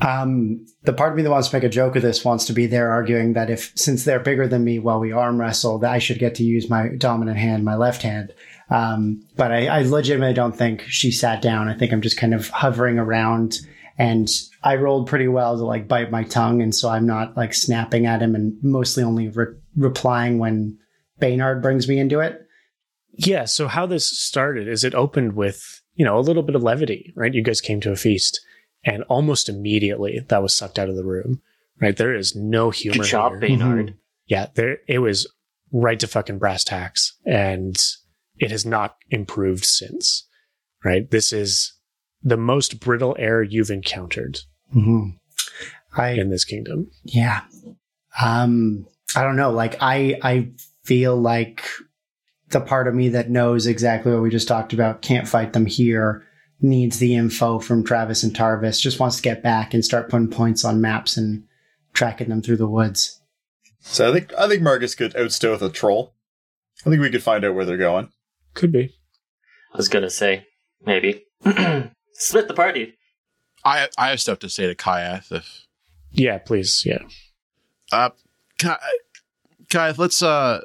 Um, the part of me that wants to make a joke of this wants to be there arguing that if since they're bigger than me while we arm wrestle, that I should get to use my dominant hand, my left hand. Um, but I, I legitimately don't think she sat down. I think I'm just kind of hovering around and I rolled pretty well to like bite my tongue. And so I'm not like snapping at him and mostly only re- replying when Baynard brings me into it.
Yeah. So how this started is it opened with you know a little bit of levity, right? You guys came to a feast, and almost immediately that was sucked out of the room, right? There is no humor.
Good job,
here.
Baynard.
Yeah, there it was right to fucking brass tacks, and it has not improved since. Right? This is the most brittle air you've encountered
Mm-hmm. I
in this kingdom.
Yeah. Um, I don't know. Like I I feel like the part of me that knows exactly what we just talked about can't fight them here, needs the info from Travis and Tarvis, just wants to get back and start putting points on maps and tracking them through the woods.
So I think I think Marcus could outstow with a troll. I think we could find out where they're going.
Could be.
I was going to say, maybe. Split the party.
I I have stuff to say to Kyath. If
Yeah, please. Yeah.
uh, Ky- Kyath, let's uh,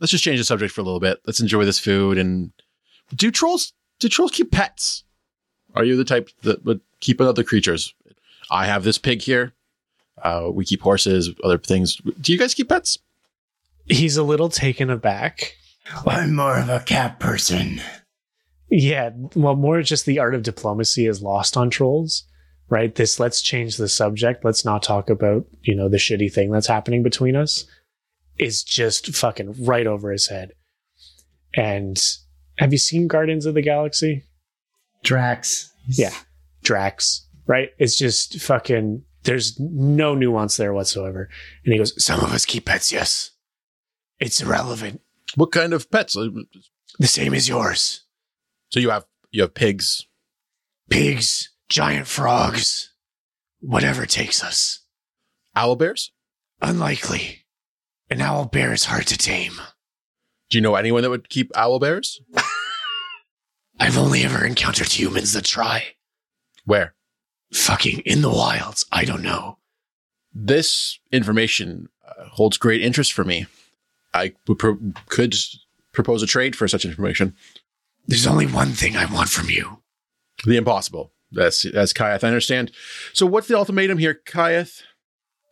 let's just change the subject for a little bit. Let's enjoy this food and do trolls do trolls keep pets? Are you the type that would keep on other creatures? I have this pig here. Uh, we keep horses, other things. Do you guys keep pets?
He's a little taken aback.
I'm more of a cat person.
Yeah, well, more just the art of diplomacy is lost on trolls, right? This let's change the subject. Let's not talk about, you know, the shitty thing that's happening between us is just fucking right over his head. And have you seen Guardians of the Galaxy?
Drax.
Yeah. Drax, right? It's just fucking, there's no nuance there whatsoever. And he goes,
Some of us keep pets, yes. It's irrelevant.
What kind of pets? Uh,
The same as yours.
So you have you have pigs.
Pigs, giant frogs, whatever takes us.
Owl bears?
Unlikely. An owl bear is hard to tame.
Do you know anyone that would keep owl bears?
I've only ever encountered humans that try.
Where?
Fucking in the wilds, I don't know.
This information uh, holds great interest for me. I would pro- could propose a trade for such information.
There's only one thing I want from you.
The impossible. That's that's Kyath. I understand. So what's the ultimatum here, Kyath?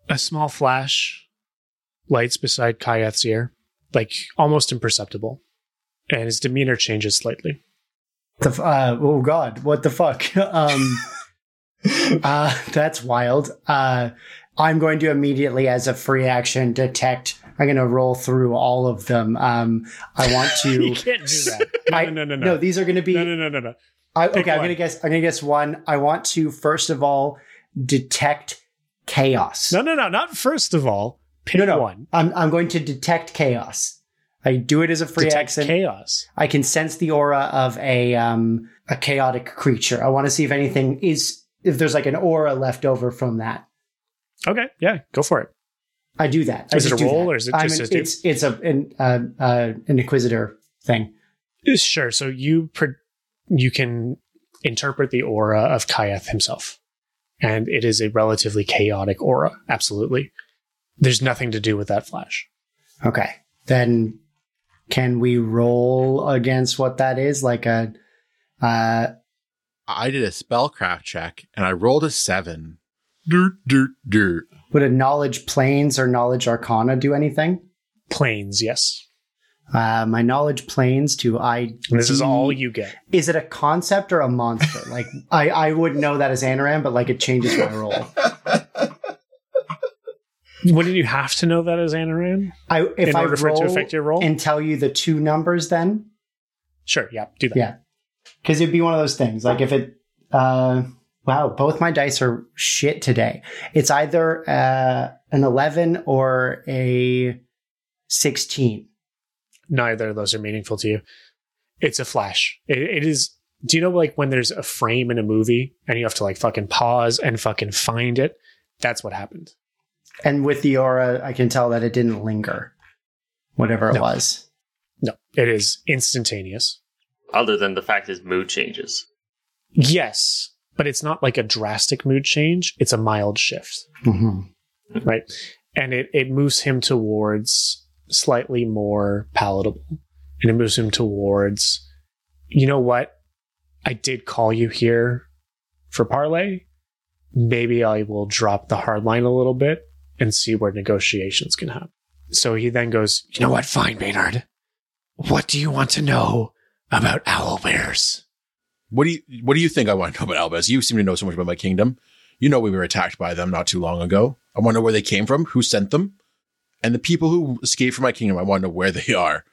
a small flash lights beside Kayath's ear, like almost imperceptible. And his demeanor changes slightly.
The, f- uh, oh God, what the fuck? um, uh, that's wild. Uh, I'm going to immediately, as a free action, detect. I'm going to roll through all of them. Um, I want to.
can't do that.
I-
No, no, no, no.
No, these are going to be.
No, no, no, no, no.
I, okay,
Pick
I'm
one.
gonna guess. I'm gonna guess one. I want to first of all detect chaos.
No, no, no. Not first of all. Pick
no.
one.
I'm I'm going to detect chaos. I do it as a free
Detect
action.
chaos.
I can sense the aura of a um a chaotic creature. I want to see if anything is if there's like an aura left over from that.
Okay, yeah, go for it.
I do that. I
Is it
just
a
do
roll
that.
or is it
I'm
just
an-
a do?
it's it's a an uh, uh, an inquisitor thing.
Sure. So you pre- you can interpret the aura of Kayath himself, and it is a relatively chaotic aura. Absolutely, there's nothing to do with that flash.
Okay, then can we roll against what that is like a uh
I did a spellcraft check and I rolled a seven. Dirt, dirt, dirt.
Would a knowledge planes or knowledge arcana do anything?
Planes, yes.
Uh, my knowledge planes to I.
And this is all you get.
Is it a concept or a monster? like I, I would know that as Anoram, but like it changes my role.
Wouldn't you have to know that as Anoran
I if
in
I
order for it
roll
to affect your roll?
and tell you the two numbers, then
sure, yeah, do that.
Yeah. because it'd be one of those things. Like if it, uh, wow, both my dice are shit today. It's either uh, an eleven or a sixteen.
Neither of those are meaningful to you. It's a flash. It, it is. Do you know like when there's a frame in a movie and you have to like fucking pause and fucking find it? That's what happened.
And with the aura, I can tell that it didn't linger. Whatever it
No.
was.
No, it is instantaneous.
Other than the fact his mood changes.
Yes, but it's not like a drastic mood change. It's a mild shift,
hmm
right? And it, it moves him towards slightly more palatable. And it moves him towards, you know what? I did call you here for parlay. Maybe I will drop the hard line a little bit and see where negotiations can happen. So he then goes,
You know what? Fine, Maynard. What do you want to know about owl bears?
What do you what do you think I want to know about Albez? You seem to know so much about my kingdom. You know we were attacked by them not too long ago. I want to know where they came from, who sent them, and the people who escaped from my kingdom. I want to know where they are.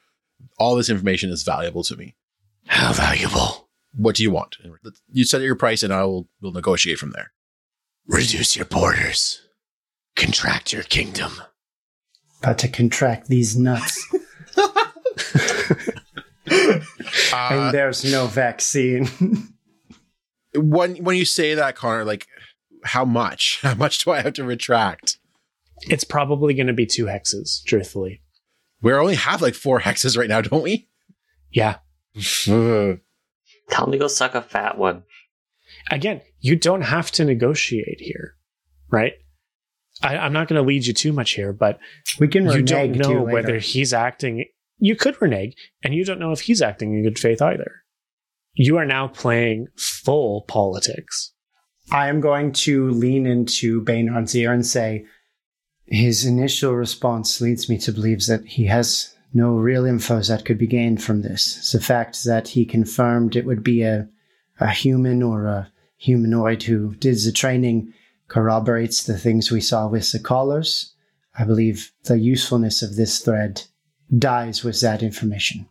All this information is valuable to me.
How valuable.
What do you want? You set your price, and I will will negotiate from there.
Reduce your borders. Contract your kingdom.
About to contract these nuts. and
Uh,
there's no vaccine.
when when you say that, Connor, like how much? How much do I have to retract?
it's probably going to be two hexes, truthfully.
We only have like four hexes right now, don't we?
Yeah.
Tell him to go suck a fat one.
again, you don't have to negotiate here, right? I, I'm not going to lead you too much here, but
we can
you
renege
don't
too
know
later.
whether he's acting. You could renege, and you don't know if he's acting in good faith either. You are now playing full politics.
I am going to lean into Baynard's ear and say, his initial response leads me to believe that he has no real info that could be gained from this. The fact that he confirmed it would be a, a human or a humanoid who did the training corroborates the things we saw with the callers. I believe the usefulness of this thread dies with that information.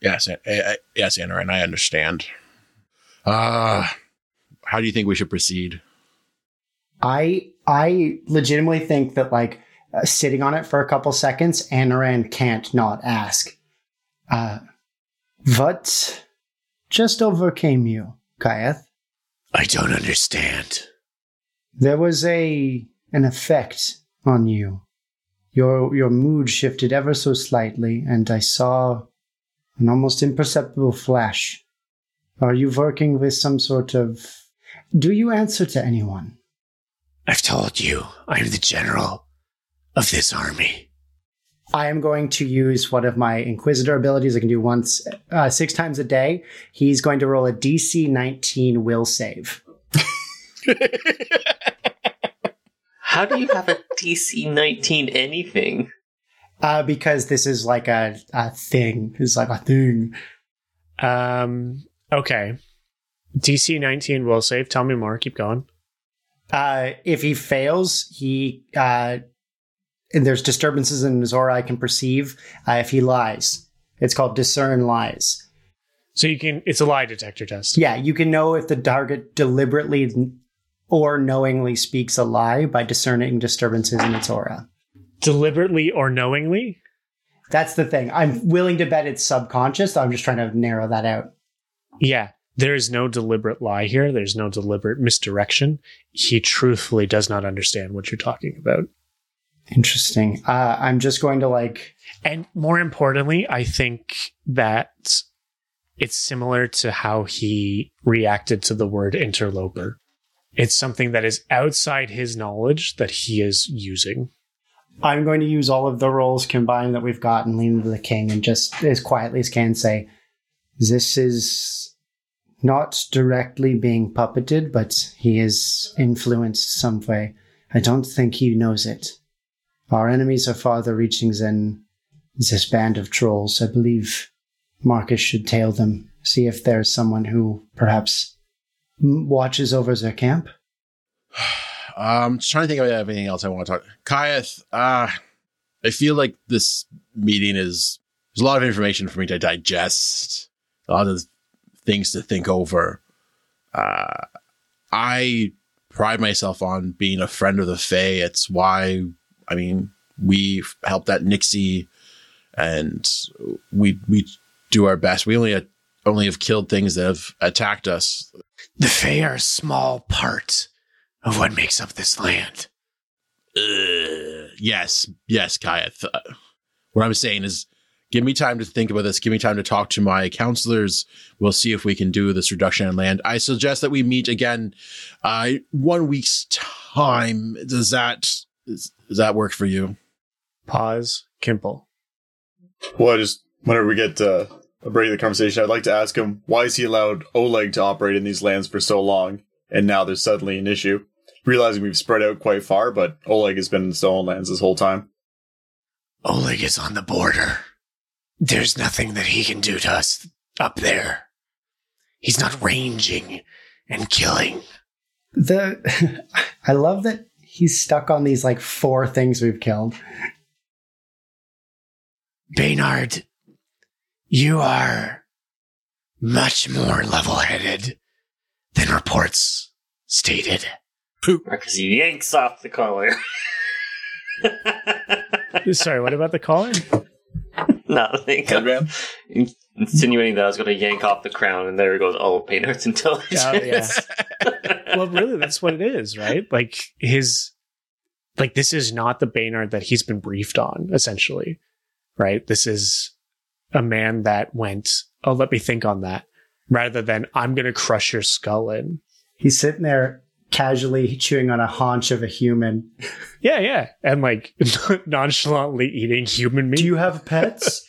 Yes, I, I, yes, Anaran, I understand. Uh, how do you think we should proceed?
I I legitimately think that like uh, sitting on it for a couple seconds, Anaran can't not ask. Uh, what just overcame you, Kaiath?
I don't understand.
There was a an effect on you. Your your mood shifted ever so slightly, and I saw an almost imperceptible flash. Are you working with some sort of? Do you answer to anyone?
I've told you I'm the general of this army.
I am going to use one of my Inquisitor abilities. I can do once, uh, six times a day. He's going to roll a DC 19 will save.
How do you have a DC 19 anything?
Uh, because this is like a, a thing. It's like a thing.
Um, okay. DC 19 will save. Tell me more. Keep going.
Uh, if he fails, he uh, and there's disturbances in his aura I can perceive. Uh, if he lies, it's called discern lies.
So you can, it's a lie detector test.
Yeah, you can know if the target deliberately or knowingly speaks a lie by discerning disturbances in its aura.
Deliberately or knowingly?
That's the thing. I'm willing to bet it's subconscious. I'm just trying to narrow that out.
Yeah. There is no deliberate lie here. There's no deliberate misdirection. He truthfully does not understand what you're talking about.
Interesting. Uh, I'm just going to like.
And more importantly, I think that it's similar to how he reacted to the word interloper. It's something that is outside his knowledge that he is using.
I'm going to use all of the roles combined that we've got and lean into the king and just as quietly as can say, this is not directly being puppeted, but he is influenced some way. I don't think he knows it. Our enemies are farther reaching than this band of trolls. I believe Marcus should tail them, see if there is someone who perhaps m- watches over their camp.
Um, just trying to think if I have anything else I want to talk. Kaiath, uh, I feel like this meeting is there's a lot of information for me to digest, a lot of things to think over. Uh, I pride myself on being a friend of the Fae. It's why I mean, we helped that Nixie, and we we do our best. We only uh, only have killed things that have attacked us.
The Fae are a small part of what makes up this land.
Uh, yes, yes, Kaiath. Uh, what I'm saying is, give me time to think about this. Give me time to talk to my counselors. We'll see if we can do this reduction in land. I suggest that we meet again, uh, one week's time. Does that is, does that work for you?
Pause. Kimple.
Well, I just whenever we get uh, a break of the conversation, I'd like to ask him why is he allowed Oleg to operate in these lands for so long, and now there's suddenly an issue. Realizing we've spread out quite far, but Oleg has been in his own lands this whole time.
Oleg is on the border. There's nothing that he can do to us up there. He's not ranging and killing.
The I love that he's stuck on these like four things we've killed.
Baynard, you are much more level headed than reports stated.
Because he yanks off the collar.
Sorry, what about the caller?
Nothing. Insinuating that I was going to yank off the crown, and there goes all Painter's intelligence.
Oh, yeah. well, really, that's what it is, right? Like his, like this is not the Baynard that he's been briefed on, essentially, right? This is a man that went, oh, let me think on that, rather than I'm going to crush your skull in.
He's sitting there casually chewing on a haunch of a human.
Yeah, yeah, and like nonchalantly eating human meat.
Do you have pets?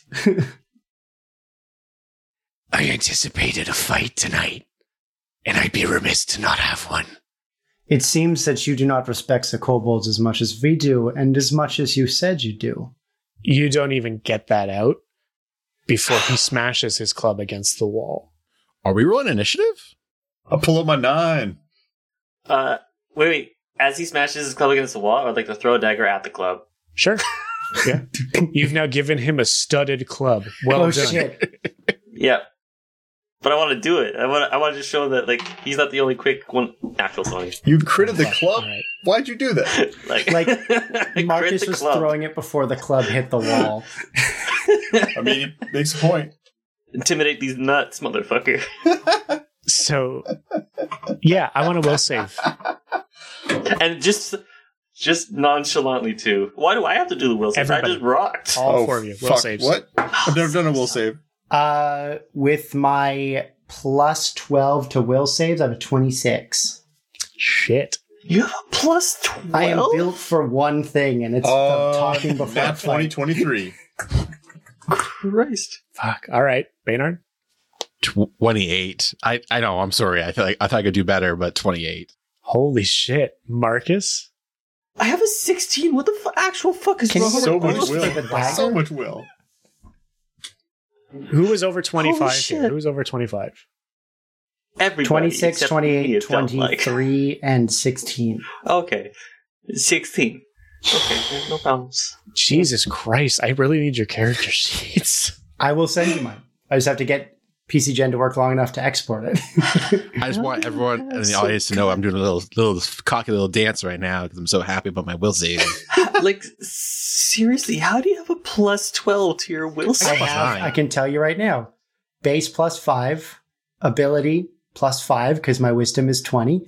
I anticipated a fight tonight, and I'd be remiss to not have one.
It seems that you do not respect the kobolds as much as we do, and as much as you said you do.
You don't even get that out before he smashes his club against the wall.
Are we rolling initiative?
I'll pull up my nine.
Uh, wait, wait. As he smashes his club against the wall, I would like to throw a dagger at the club.
Sure. Yeah. You've now given him a studded club. Well
oh
done.
shit!
Yeah. But I want to do it. I want. I want to show that like he's not the only quick one. Natural twenty.
You critted the club?
All right.
Why'd you do that?
Like,
Like,
I crit
Marcus
the
was
club.
throwing it before the club hit the wall.
I mean, he makes a point.
Intimidate these nuts, motherfucker.
So, yeah, I want a will save.
And just, just nonchalantly too. Why do I have to do the will save? I
Everybody.
just rocked.
All
Oh,
four of you. Will
fuck.
saves.
What? I've never done a will save.
Uh, with my plus twelve to will saves, I have a twenty-six.
Shit.
You have a plus twelve.
I am built for one thing, and it's
Oh,
Uh,
talking before a
nat
fight.
20, 23.
Christ.
Fuck. All right, Maynard.
Twenty-eight. I I know. I'm sorry. I feel like I thought I could do better, but twenty-eight.
Holy shit, Marcus.
I have a sixteen. What the fu- actual fuck is
Can
wrong
you
with
So
Will
much
save with a
will.
dagger?
So much will.
Who was over twenty
Holy
five here?
shit.
Who was over twenty five?
everybody?
26,
except me,
28,
it felt like.
23, and 16.
Okay, sixteen. Okay, no problems.
Jesus Christ! I really need your character sheets.
I will send you mine. I just have to get PC Gen to work long enough to export it.
I just want everyone in the
So
audience to know I'm doing a little little cocky little dance right now because I'm so happy about my will save.
like seriously, how do you have a plus twelve to your will
I
I,
save?
have
have,
nine.
I can tell you right now. Base plus five, ability plus five, because my wisdom is 20.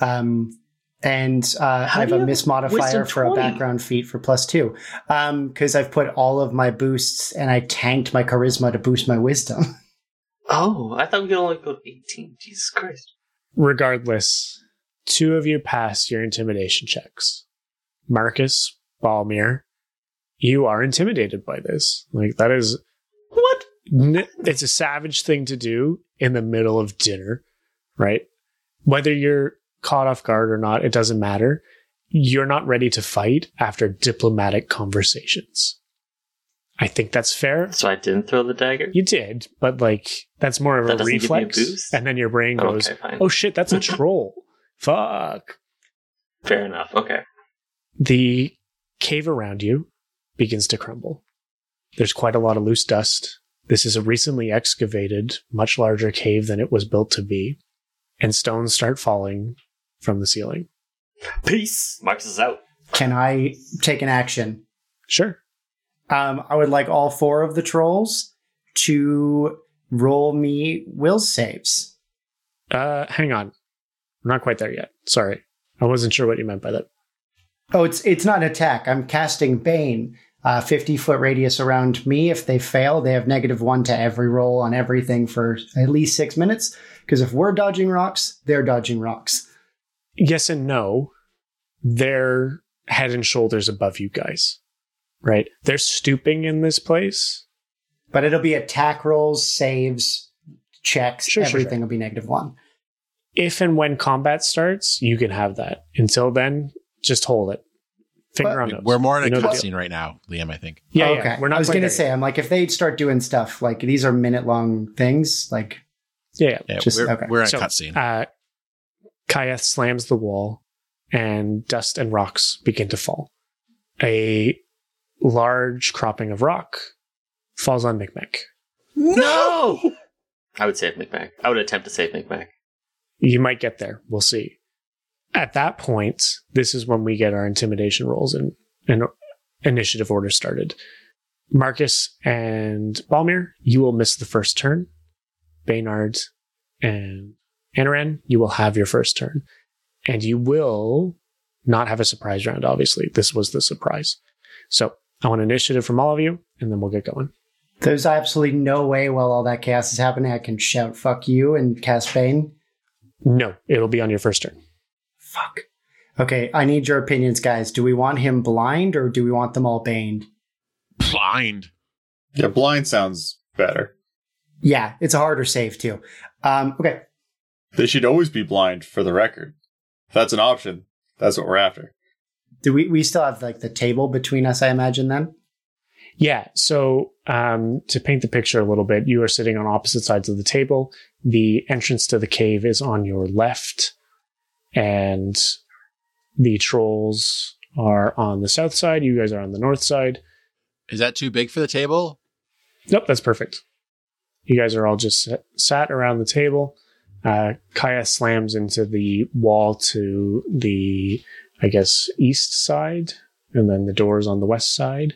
Um, and uh,
How
I have
do
a
you have
miss
wisdom
modifier for a
20?
background feat for plus two, because I've put all of my boosts and I tanked my charisma to boost my wisdom.
Oh, I thought we could only go to eighteen. Jesus Christ.
Regardless, two of you pass your intimidation checks. Marcus Balmir, you are intimidated by this. Like that is
What?
n- it's a savage thing to do in the middle of dinner, right? Whether you're caught off guard or not, it doesn't matter. You're not ready to fight after diplomatic conversations. I think that's fair.
So I didn't throw the dagger.
You did, but like that's more of
That
a
doesn't give me a
reflex.
boost?
and then your brain
Oh,
goes,
okay, fine.
"Oh shit, that's a troll." Fuck.
Fair enough. Okay.
The cave around you begins to crumble. There's quite a lot of loose dust. This is a recently excavated, much larger cave than it was built to be, and stones start falling from the ceiling.
Peace. Marcus is out.
Can I take an action?
Sure.
Um, I would like all four of the trolls to roll me will saves.
Uh, hang on. We're not quite there yet. Sorry. I wasn't sure what you meant by that.
Oh, it's it's not an attack. I'm casting Bane. Uh, 50 foot radius around me. If they fail, they have negative one to every roll on everything for at least six minutes. Because if we're dodging rocks, they're dodging rocks.
yes and no. They're head and shoulders above you guys, right? They're stooping in this place.
But it'll be attack rolls, saves, checks.
Sure, sure,
everything will be negative one.
If and when combat starts, you can have that. Until then, just hold it. Finger
But
on nose.
We're more in
You
a
know the
cutscene right now, Liam. I think.
deal. Yeah,
okay.
yeah. We're not
I was
quite
gonna
there
say, I'm like, if they start doing stuff like these are minute long things, like
yet. Yeah, yeah.
Yeah,
Just-
we're,
okay.
we're in a
So,
cutscene.
Uh, Kaiath slams the wall, and dust and rocks begin to fall. A large cropping of rock falls on Micmac.
No. I would save McMac. I would attempt to save McMac.
You might get there. We'll see. At that point, this is when we get our intimidation rolls and, and initiative order started. Marcus and Balmir, you will miss the first turn. Baynard and Anaran, you will have your first turn. And you will not have a surprise round, obviously. This was the surprise. So I want initiative from all of you, and then we'll get going.
There's absolutely no way while all that chaos is happening, I can shout "fuck you" and cast Bane.
No, it'll be on your first turn.
Fuck. Okay, I need your opinions, guys. Do we want him blind or do we want them all baned?
Blind.
Yeah, blind sounds better.
Yeah, it's a harder save too. Um, okay,
They should always be blind for the record. If that's an option, that's what we're after.
do we we still have like the table between us? I imagine then.
Yeah. So um, to paint the picture a little bit, you are sitting on opposite sides of the table. The entrance to the cave is on your left, and the trolls are on the south side. You guys are on the north side.
Is that too big for the table?
Nope, that's perfect. You guys are all just sat- sat around the table. Uh, Kaya slams into the wall to the, I guess, east side, and then the doors on the west side.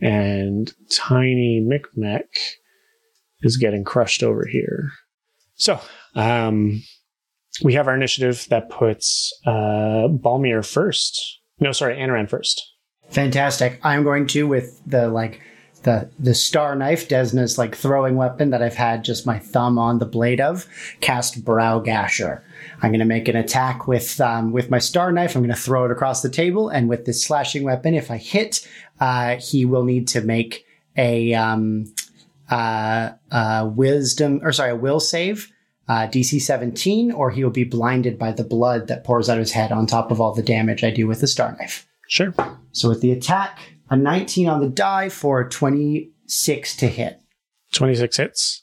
And Tiny Micmac is getting crushed over here. So, um, we have our initiative that puts uh, Balmier first. No, sorry, Anoran first.
Fantastic. I'm going to with the like the the star knife, Desna's like throwing weapon that I've had just my thumb on the blade of, cast brow gasher. I'm gonna make an attack with um, with my star knife. I'm gonna throw it across the table, and with this slashing weapon, if I hit, uh, he will need to make a um, uh, uh, wisdom or sorry, a will save. Uh, DC 17, or he will be blinded by the blood that pours out of his head on top of all the damage I do with the star knife.
Sure.
So with the attack, a 19 on the die for a 26 to hit.
26 hits.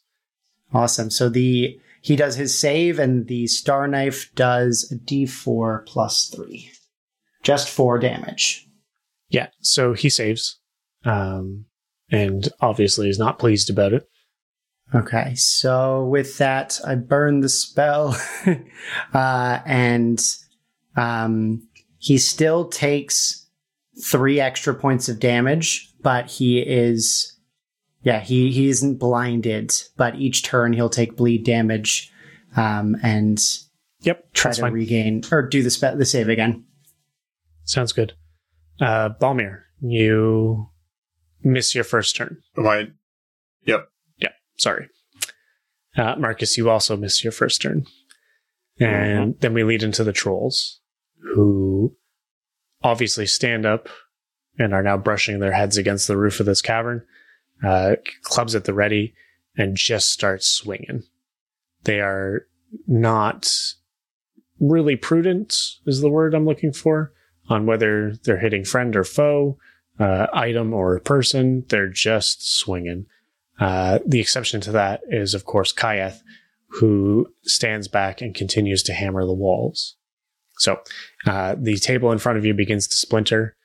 Awesome. So the he does his save and the star knife does a d4 plus 3. Just 4 damage.
Yeah, so he saves, um, and obviously is not pleased about it.
Okay. So with that, I burn the spell uh and um he still takes 3 extra points of damage, but he is Yeah, he he isn't blinded, but each turn he'll take bleed damage, um, and
Yep,
try
that's
to
fine.
regain or do the spe- the save again.
Sounds good. Uh, Balmir, you miss your first turn.
Am I?
Sorry. Uh, Marcus, you also miss your first turn. And then we lead into the trolls, who obviously stand up and are now brushing their heads against the roof of this cavern, uh, clubs at the ready, and just start swinging. They are not really prudent, is the word I'm looking for, on whether they're hitting friend or foe, uh, item or person. They're just swinging. Uh, the exception to that is, of course, Kayeth, who stands back and continues to hammer the walls. So uh, the table in front of you begins to splinter.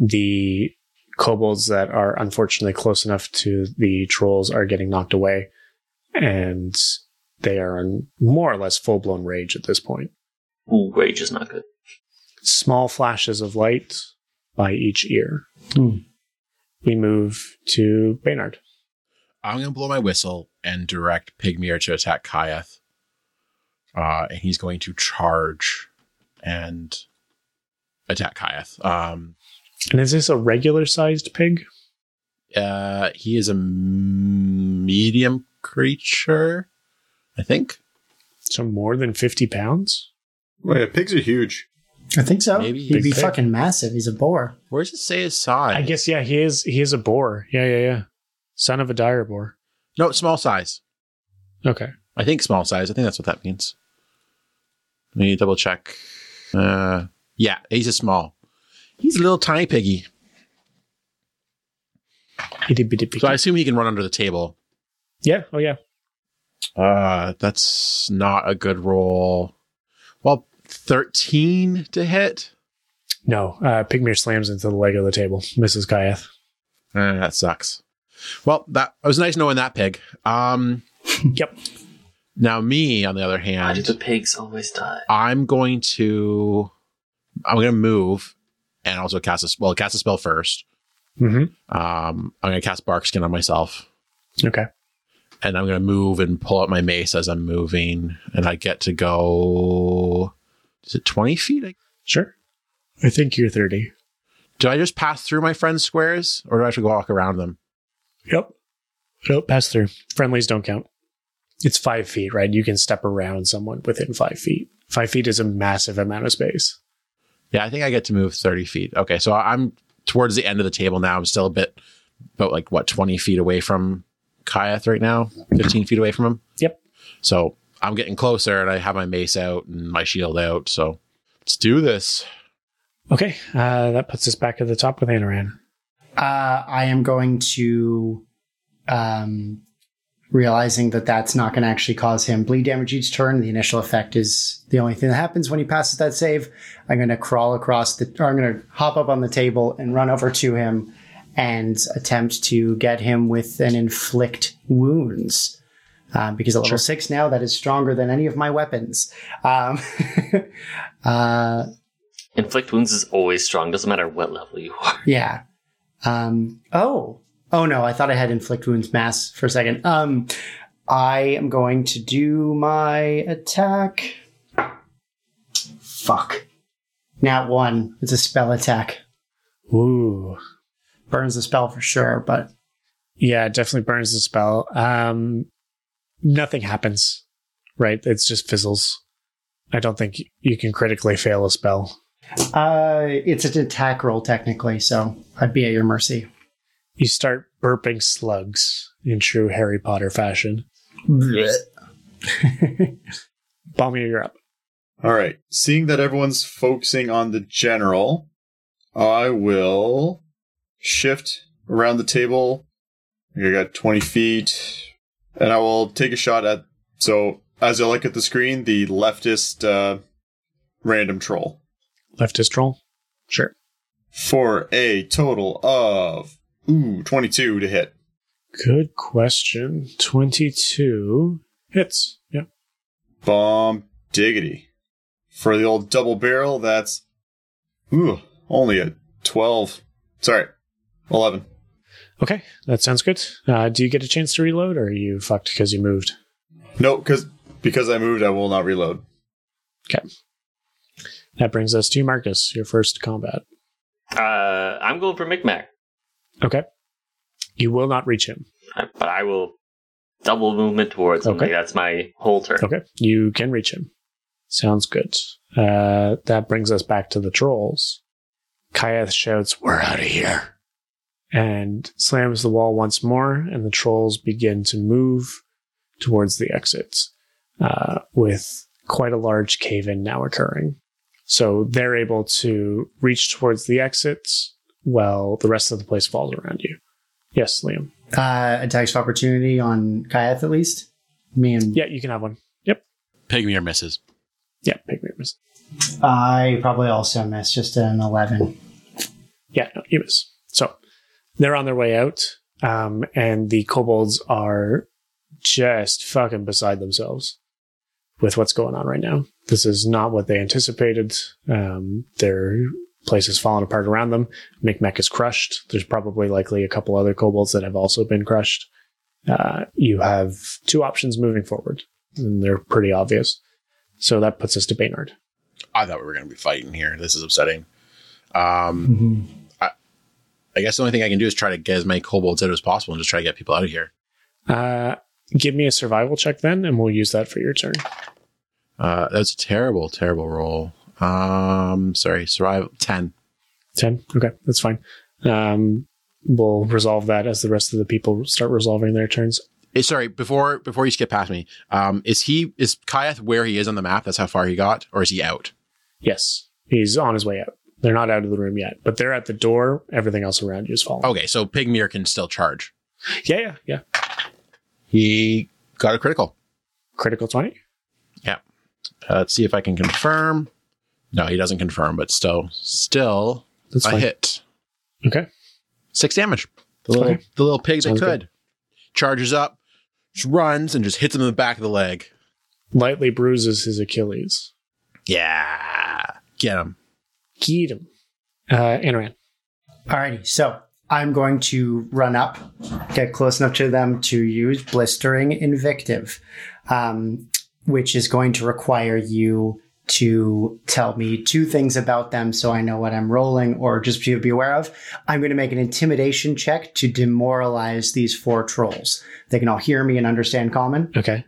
The kobolds that are unfortunately close enough to the trolls are getting knocked away, and they are in more or less full blown rage at this point.
Ooh, rage is not good.
Small flashes of light by each ear.
Hmm.
We move to Baynard.
I'm going to blow my whistle and direct Pygmir to attack Kaiath. Uh, and he's going to charge and attack Kaiath. Um,
And is this a regular sized pig?
uh, he is a m- medium creature, I think.
So more than 50 pounds?
Wait, pigs are huge.
I think so.
Maybe
He'd be
big pig.
fucking massive. He's a boar.
Where does it say his size?
I guess yeah, he is he is a boar. Yeah, yeah, yeah. Son of a dire boar.
No, small size.
Okay.
I think small size. I think that's what that means. Let me double check. Uh, yeah, he's a small. He's a little tiny piggy.
Itty bitty
So I
piggy.
assume he can run under the table.
Yeah, oh yeah.
Uh, that's not a good roll. Well, 13 to hit.
No. Uh Pygmere slams into the leg of the table. Mrs. Kayeth.
Uh, that sucks. Well, that it was nice knowing that pig. Um,
Yep.
now me, on the other
Why do the
hand,
pigs always die?
I'm going to, I'm going to move, and also cast a spell. Cast a spell first.
Mm-hmm.
Um, I'm going to cast Barkskin on myself,
Okay.
and I'm going to move and pull out my mace as I'm moving, and I get to go. Is it 20 feet? I
Sure. I think you're 30.
Do I just pass through my friend's squares or do I have to go walk around them?
Yep. Nope, pass through. Friendlies don't count. It's five feet, right? You can step around someone within five feet. Five feet is a massive amount of space.
Yeah, I think I get to move 30 feet. Okay, so I'm towards the end of the table now. I'm still a bit, about like what, 20 feet away from Kyath right now, 15 feet away from him.
Yep.
So I'm getting closer and I have my mace out and my shield out. So let's do this.
Okay, uh, that puts us back at the top with Anoran.
Uh, I am going to, um, realizing that that's not going to actually cause him bleed damage each turn. The initial effect is the only thing that happens when he passes that save. I'm going to crawl across the, or I'm going to hop up on the table and run over to him and attempt to get him with an inflict wounds. Um, because at level six now, that is stronger than any of my weapons. Um, uh,
Inflict wounds is always strong. Doesn't matter what level you are.
Yeah. Um, oh. Oh no, I thought I had inflict wounds mass for a second. Um, I am going to do my attack. Fuck. Nat one. It's a spell attack.
Ooh.
Burns the spell for sure, but
Yeah, it definitely burns the spell. Um, nothing happens, right? It's just fizzles. I don't think you can critically fail a spell.
uh, it's an attack roll technically, so I'd be at your mercy.
You start burping slugs in true Harry Potter fashion. Balmier, you're up.
All right. Seeing that everyone's focusing on the general, I will shift around the table. I think I got 20 feet. And I will take a shot at. So, as I look at the screen, the leftist uh, random troll.
Leftist troll. Sure.
For a total of. Ooh, 22 to hit.
Good question. 22 hits. Yeah.
Bomb diggity. For the old double barrel, that's. Ooh, only a 12. Sorry, 11.
Okay, that sounds good. Uh, do you get a chance to reload, or are you fucked because you moved?
No, because because I moved, I will not reload.
That brings us to you, Marcus, your first combat.
Uh, I'm going for Micmac,
Okay. You will not reach him.
but I will double movement towards him.
Okay.
Like, that's my whole turn.
Okay. You can reach him. Sounds good. Uh, that brings us back to the trolls. Kyath shouts,
We're out of here.
and slams the wall once more, and the trolls begin to move towards the exits, uh, with quite a large cave in now occurring. So they're able to reach towards the exits while the rest of the place falls around you. Yes, Liam.
Uh, attacks of opportunity on Kyath at least. Me and
Yeah, you can have one.
Pygmy or misses.
Yeah, pick me miss.
I probably also miss just an eleven.
Yeah, no, you miss. So they're on their way out, um, and the kobolds are just fucking beside themselves with what's going on right now. This is not what they anticipated. Um, their place is falling apart around them. Micmac is crushed. There's probably likely a couple other kobolds that have also been crushed. Uh, you have two options moving forward, and they're pretty obvious. So that puts us to Baynard.
I thought we were going to be fighting here. This is upsetting. Um,
Mm-hmm.
I guess the only thing I can do is try to get as many kobolds out as possible and just try to get people out of here.
Uh, give me a survival check then, and we'll use that for your turn.
Uh, that's a terrible, terrible roll. Um, sorry, survival 10.
10 okay that's fine um we'll resolve that as the rest of the people start resolving their turns
Eh, sorry, before before you skip past me, um, is he is Kyath where he is on the map? That's how far he got, or is he out?
yes he's on his way out they're not out of the room yet but they're at the door everything else around you is falling
Okay, so Pygmir can still charge.
yeah yeah yeah
He got a critical.
critical 20
Uh, let's see if I can confirm. No, he doesn't confirm, but still, still
that's
a
fine
hit.
okay
Six damage. The little,
Okay.
the little pig that
Sounds
could
good.
charges up, just runs, and just hits him in the back of the leg.
lightly bruises his achilles
Yeah, get him.
Get him uh Anoran.
Alrighty, so I'm going to run up, get close enough to them to use blistering invective, um, which is going to require you to tell me two things about them so I know what I'm rolling or just to be aware of. I'm going to make an intimidation check to demoralize these four trolls. They can all hear me and understand common.
okay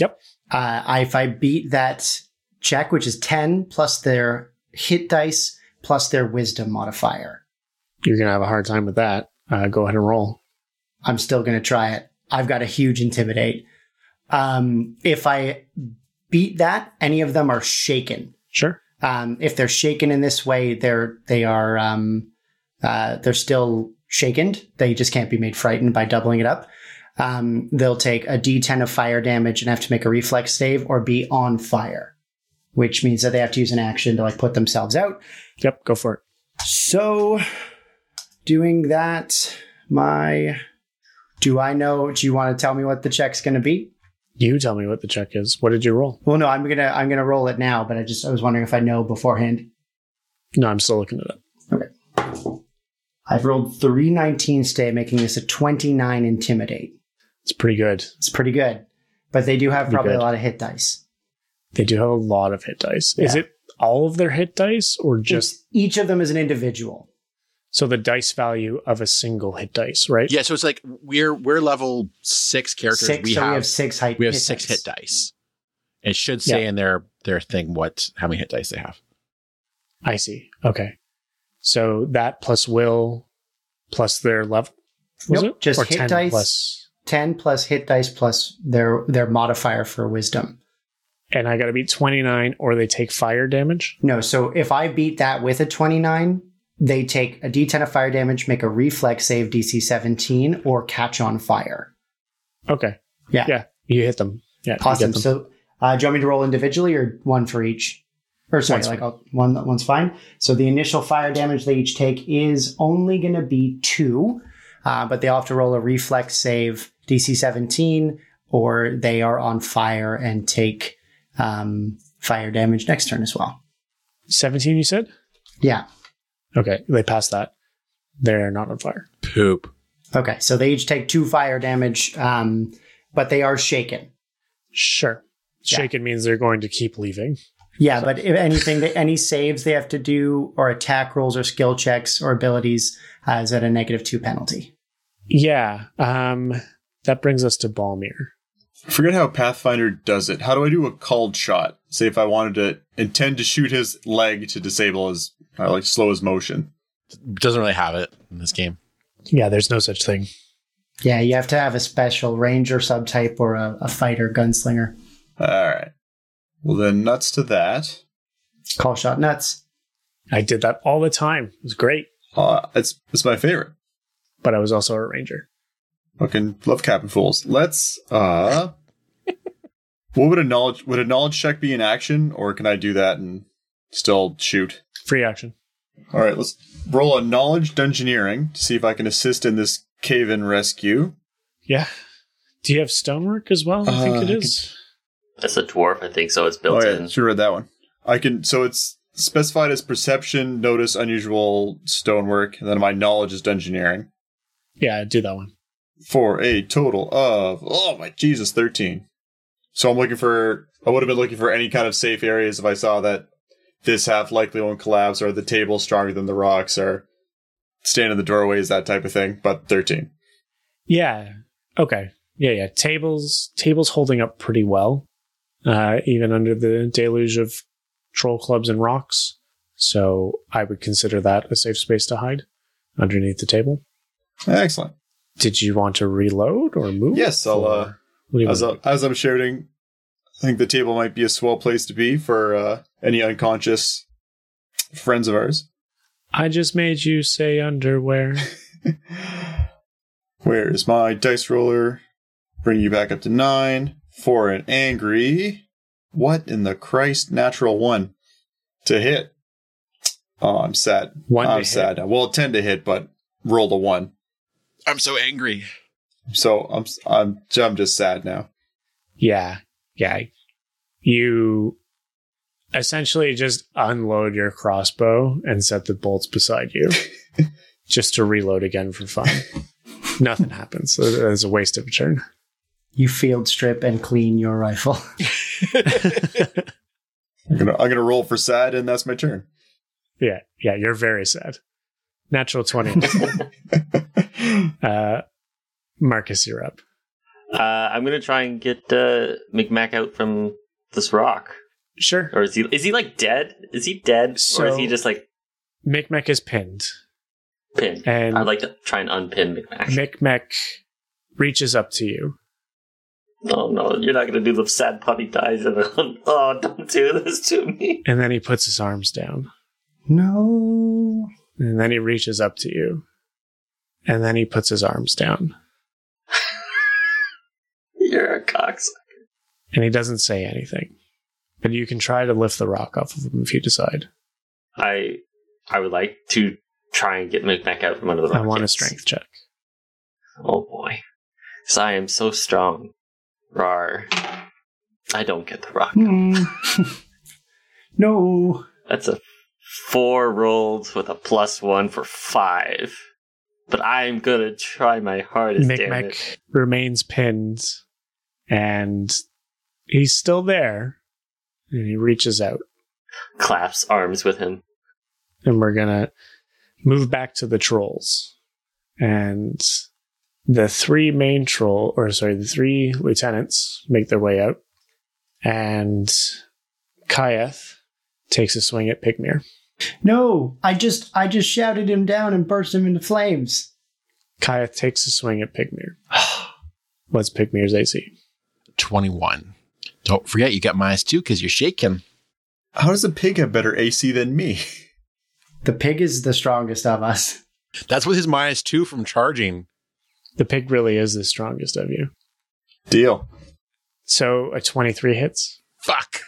Uh, I, if I beat that check, which is 10 plus their hit dice plus their wisdom modifier,
you're gonna have a hard time with that uh go ahead and roll
I'm still going to try it. I've got a huge intimidate. Um, if I beat that, any of them are shaken.
Sure.
Um, if they're shaken in this way, they're they are um, uh, they're still shaken. They just can't be made frightened by doubling it up. Um, they'll take a D10 of fire damage and have to make a reflex save or be on fire, which means that they have to use an action to like put themselves out.
Yep. Go for it.
So, doing that, my do I know? Do you want to tell me what the check's going to be?
You tell me what the check is. What did you roll?
Well, no, I'm gonna I'm gonna roll it now, but I just I was wondering if I know beforehand.
No, I'm still looking it up.
I've rolled three 19s today, making this a 29 intimidate.
It's pretty good.
It's pretty good, but they do have
Pretty
probably
good.
a lot of hit dice.
They do have a lot of hit dice. Is
Yeah.
it all of their hit dice or just
It's- each of them is an individual.
so the dice value of a single hit dice, right?
Yeah, so it's like we're we're level six characters.
six,
we,
so
have,
we have six height.
we have six hit dice. It should say in their their thing what how many hit dice they have.
I see. Okay. So that plus will plus their level. Was
Nope,
it?
just
or
hit
10
dice.
plus.
Ten plus hit dice plus their their modifier for wisdom.
And I got to beat 29 or they take fire damage.
No, so if I beat that with a 29, they take a D10 of fire damage, make a reflex save DC 17, or catch on fire.
Okay.
Yeah.
Yeah. You hit them. Yeah. you get
Awesome.
them.
So, uh, do you want me to roll individually or one for each? Or sorry,
One's
like I'll, one that one's fine. So the initial fire damage they each take is only going to be two, uh, but they all have to roll a reflex save DC 17, or they are on fire and take um, fire damage next turn as well.
17, you said?
Yeah.
Okay. They pass that. They're not on fire.
Poop.
Okay. So they each take two fire damage, um, but they are shaken.
Sure.
Yeah.
Shaken means they're going to keep leaving.
Yeah, but if anything, that any saves they have to do, or attack rolls, or skill checks, or abilities, uh, is at a negative two penalty.
Yeah. Um, that brings us to Balmir.
I forget how Pathfinder does it. How do I do a called shot? Say if I wanted to intend to shoot his leg to disable his, uh, like slow his motion.
Doesn't really have it in this game.
Yeah, there's no such thing.
Yeah, you have to have a special ranger subtype or a, a fighter gunslinger.
All right. Well, then nuts to that.
Call shot nuts.
I did that all the time. It was great,
Uh, it's it's my favorite.
but I was also a ranger.
Fucking love capping fools. Let's uh What would a knowledge would a knowledge check be in action, or can I do that and still shoot?
Free action.
Alright, let's roll a knowledge dungeoneering to see if I can assist in this cave in rescue.
Yeah. Do you have stonework as well? I
Uh,
think it
I
is.
That's a dwarf, I think, so it's built
oh yeah,
in.
should have read that one. I can so it's specified as perception, notice, unusual stonework, and then my knowledge is dungeoneering.
Yeah, do that one.
For a total of oh my Jesus, thirteen. So I'm looking for I would have been looking for any kind of safe areas if I saw that this half likely won't collapse or the table's stronger than the rocks or stand in the doorways, that type of thing. But thirteen.
Yeah. Okay. Yeah, yeah. Tables tables holding up pretty well. Uh, even under the deluge of troll clubs and rocks. So I would consider that a safe space to hide underneath the table.
Excellent.
Did you want to reload or move?
Yes, I'll
Or
uh
what do you
as,
want?
I, as I'm shouting, I think the table might be a swell place to be for uh, any unconscious friends of ours.
I just made you say underwear.
Where is my dice roller? Bring you back up to nine for an angry. What in the Christ natural one to hit? Oh, I'm sad.
One to
I'm
hit.
sad. now. Well, ten to hit, but roll a one.
I'm so angry.
So I'm s- I'm I'm just sad now.
Yeah. Yeah. You essentially just unload your crossbow and set the bolts beside you just to reload again for fun. Nothing happens. So It's a waste of a turn.
You field strip and clean your rifle.
I'm gonna I'm gonna roll for sad, and that's my turn.
Yeah. Yeah. You're very sad. Natural 20. uh, Marcus, you're up.
Uh, I'm gonna try and get uh, McMack out from this rock.
Sure.
Or is he is he like dead? Is he dead? or is
So-
he just like
Micmac is pinned.
pinned?
And
I'd like to try and unpin McMack.
Micmac reaches up to you.
Oh no, you're not gonna do the sad puppy eyes of it. Oh, don't do this to me.
And then he puts his arms down.
No.
And then he reaches up to you. And then he puts his arms down.
You're a cox.
And he doesn't say anything. But you can try to lift the rock off of him if you decide.
I I would like to try and get Mick back out from under the rock.
I want a
yes.
strength check.
Oh boy. Because I am so strong. Rar. I don't get the rock.
Mm. no.
That's a four rolled with a plus one for five. But I'm gonna try my hardest. damn it.
Micmac remains pinned, and he's still there. And he reaches out,
Claps arms with him.
and we're gonna move back to the trolls, and the three main troll, or sorry, the three lieutenants make their way out, and Kaiath takes a swing at Pygmere.
No. I just I just shouted him down and burst him into flames.
Kaiath takes a swing at Pygmere. What's Pygmere's AC?
21. Don't forget, you got minus two because you're shaking.
How does a pig have better AC than me?
The pig is the strongest of us.
That's with his minus two from charging.
The pig really is the strongest of you.
Deal.
So a twenty-three hits.
Fuck.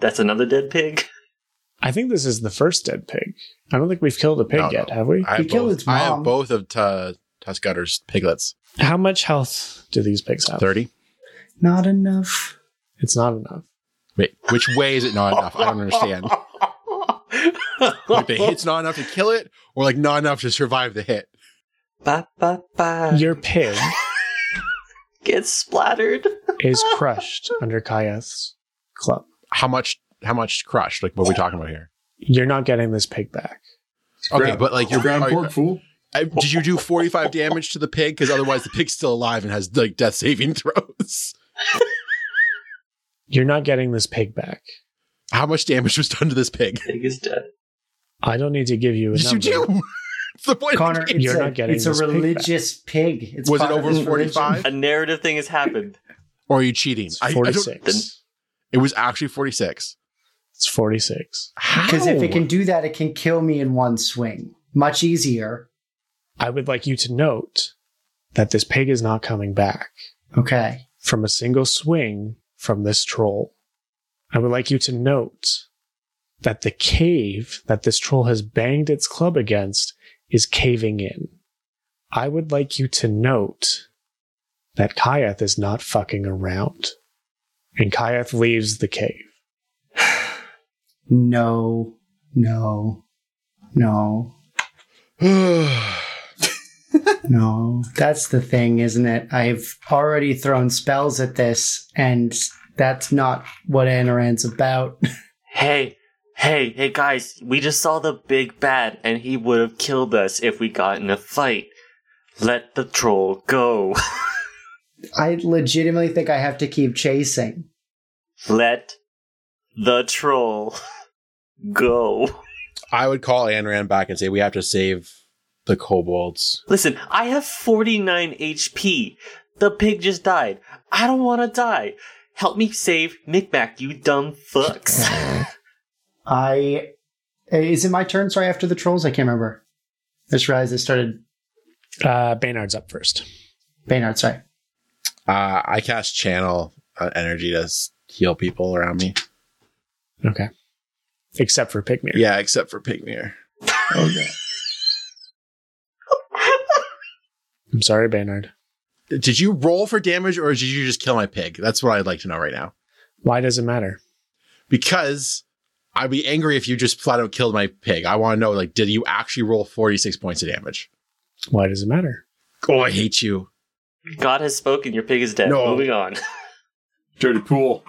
That's another dead pig.
I think this is the first dead pig. I don't think we've killed a pig
No,
yet,
no.
have we?
I have,
killed
both,
its
I
mom.
have both of T- Tuscutter's piglets.
How much health do these pigs
Oh.
have?
30.
Not enough.
It's not enough.
Wait, which way is it not enough? I don't understand. Like the hit's not enough to kill it, or like not enough to survive the hit.
ba, ba, ba.
Your pig
Gets splattered.
is crushed under Kaiath's club.
How much? How much crush? Like what are we talking about here?
You're not getting this pig back.
Okay, but like your
ground
are-
pork fool.
I- did you do forty five damage to the pig? Because otherwise, the pig's still alive and has like death saving throws.
You're not getting this pig back.
How much damage was done to this pig?
Pig is dead.
I don't need to give you a
Yes, you
number.
do. It's the point. of the
Connor,
game.
it's
You're
a,
not getting
it's a
this pig back.
religious pig. It's
was it
part of
over
his
forty
religion.
five,
A narrative thing has happened.
or are you cheating?
It's
I- I don't-
46.
it was actually forty six.
it's 46.
Because if it can do that, it can kill me in one swing. Much easier.
I would like you to note that this pig is not coming back
Okay.
from a single swing from this troll. I would like you to note that the cave that this troll has banged its club against is caving in. I would like you to note that Kaiath is not fucking around. And Kaiath leaves the cave.
No, no, no, no. That's the thing, isn't it? I've already thrown spells at this, and that's not what Anoran's about.
Hey, hey, hey, guys, we just saw the big bad, and he would have killed us if we got in a fight. Let the troll go.
I legitimately think I have to keep chasing.
Let the troll go.
I would call Anran back and say we have to save the kobolds.
Listen, I have 49 HP. The pig just died. I don't want to die. Help me save Micmac, you dumb fucks.
I. Is it my turn? Sorry, after the trolls? I can't remember. This realized I started.
Uh, Baynard's up first.
Baynard, sorry.
Uh, I cast channel uh, energy to s- heal people around me.
Okay. Except for Pygmere.
Yeah, except for Pygmere.
I'm sorry, Baynard.
Did you roll for damage or did you just kill my pig? That's what I'd like to know right now.
Why does it matter?
Because I'd be angry if you just flat out killed my pig. I want to know, like, did you actually roll 46 points of damage?
Why does it matter?
Oh, I hate you.
God has spoken, your pig is dead.
No.
Moving on.
Dirty pool.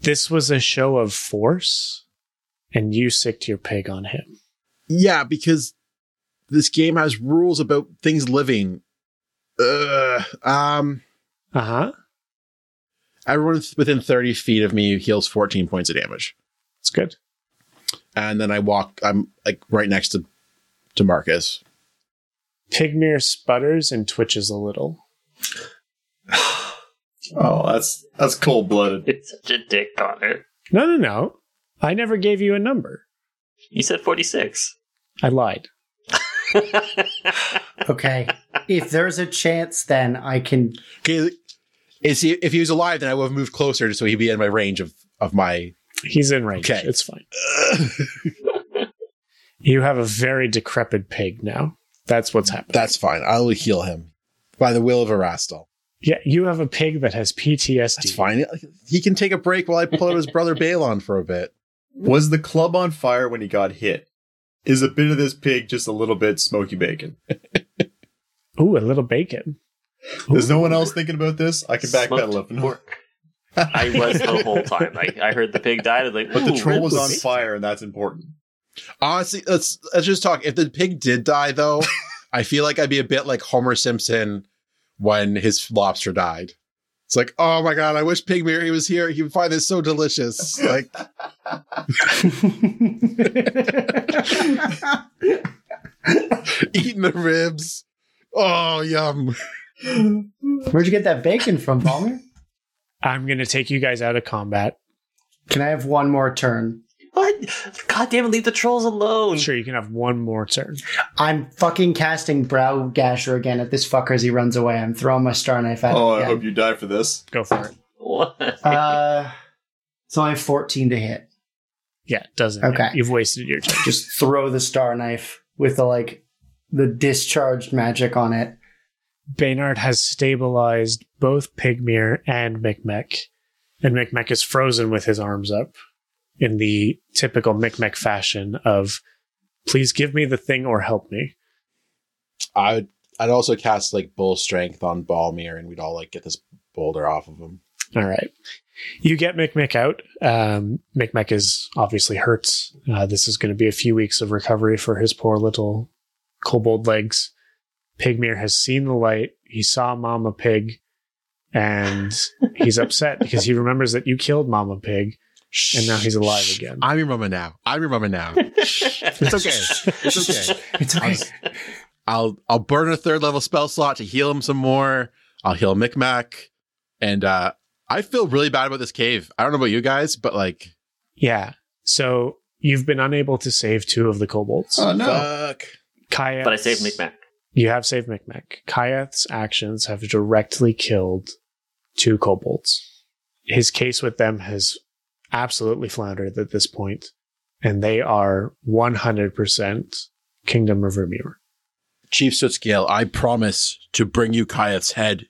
This was a show of force, and you sicked your pig on him.
Yeah, because this game has rules about things living. Ugh. Um,
Uh huh.
everyone within 30 feet of me heals 14 points of damage.
It's good.
And then I walk, I'm like right next to, to Marcus.
Pygmere sputters and twitches a little.
Oh, that's that's cold blooded.
It's such a dick, Connor.
No, no, no. I never gave you a number.
You said 46.
I lied.
Okay. if there's a chance, then I can.
Okay, is he, if he was alive, then I would have moved closer so he'd be in my range of, of my.
He's in range.
Okay.
It's fine. You have a very decrepit pig now. That's what's happening.
That's fine. I'll heal him by the will of Erastal.
yeah, you have a pig that has PTSD.
That's fine. He can take a break while I pull out his brother Balon for a bit.
Was the club on fire when he got hit? Is a bit of this pig just a little bit smoky bacon?
Ooh, a little bacon.
Is no one else thinking about this? I can backpedal up. And,
Smoked pork. I was the whole time. I, I heard the pig died. I was like,
but the
"Ooh,
troll
red
was on
meat."
fire, and that's important.
Honestly, let's let's just talk. If the pig did die, though, I feel like I'd be a bit like Homer Simpson when his lobster died. It's like, oh my god, I wish Pigmere he was here. He would find this so delicious. Like, eating the ribs. Oh, yum.
Where'd you get that bacon from, Balmer?
I'm going to take you guys out of combat.
Can I have one more turn?
What? God damn it, leave the trolls alone.
Sure, you can have one more turn.
I'm fucking casting Brow Gasher again at this fucker as he runs away. I'm throwing my star knife at
Oh,
him.
I
again.
hope you die for this.
Go for it.
What?
Uh, so I have 14 to hit.
Yeah, it doesn't.
Okay.
You've wasted your turn.
Just throw the star knife with the like the discharged magic on it.
Baynard has stabilized both Pygmere and Micmec, and Micmec is frozen with his arms up in the typical Micmec fashion of please give me the thing or help me.
I would. I'd also cast like bull strength on Balmir, and we'd all like get this boulder off of him.
All right. You get Micmec out. Um, Micmec is obviously hurt. Uh, this is going to be a few weeks of recovery for his poor little kobold legs. Pygmere has seen the light. He saw Mama Pig, and he's upset because he remembers that you killed Mama Pig, and now he's alive again.
I'm your mama now. I'm your mama now. it's okay. It's okay.
It's okay.
I'll I'll burn a third level spell slot to heal him some more. I'll heal Micmac, and uh, I feel really bad about this cave. I don't know about you guys, but like,
Yeah. So you've been unable to save two of the kobolds.
Oh no!
fuck.
Kaya.
But I saved Micmac.
You have saved Micmac. Kayath's actions have directly killed two kobolds. His case with them has absolutely floundered at this point, and they are 100% Kingdom of Vermeer.
Chief Sutsgale, I promise to bring you Kayeth's head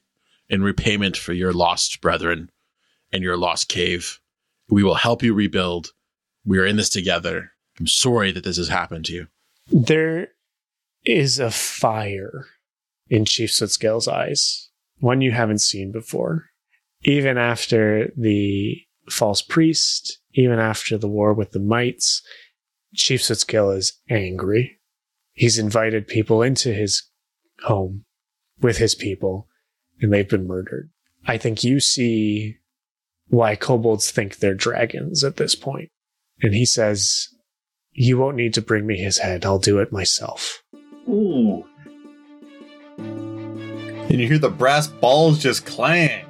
in repayment for your lost brethren and your lost cave. We will help you rebuild. We are in this together. I'm sorry that this has happened to you.
There is a fire in Chief Sutscale's eyes, one you haven't seen before. Even after the false priest, even after the war with the mites, Chief Sutscale is angry. He's invited people into his home with his people, and they've been murdered. I think you see why kobolds think they're dragons at this point. And he says, you won't need to bring me his head. I'll do it myself.
Ooh.
And you hear the brass balls just clang.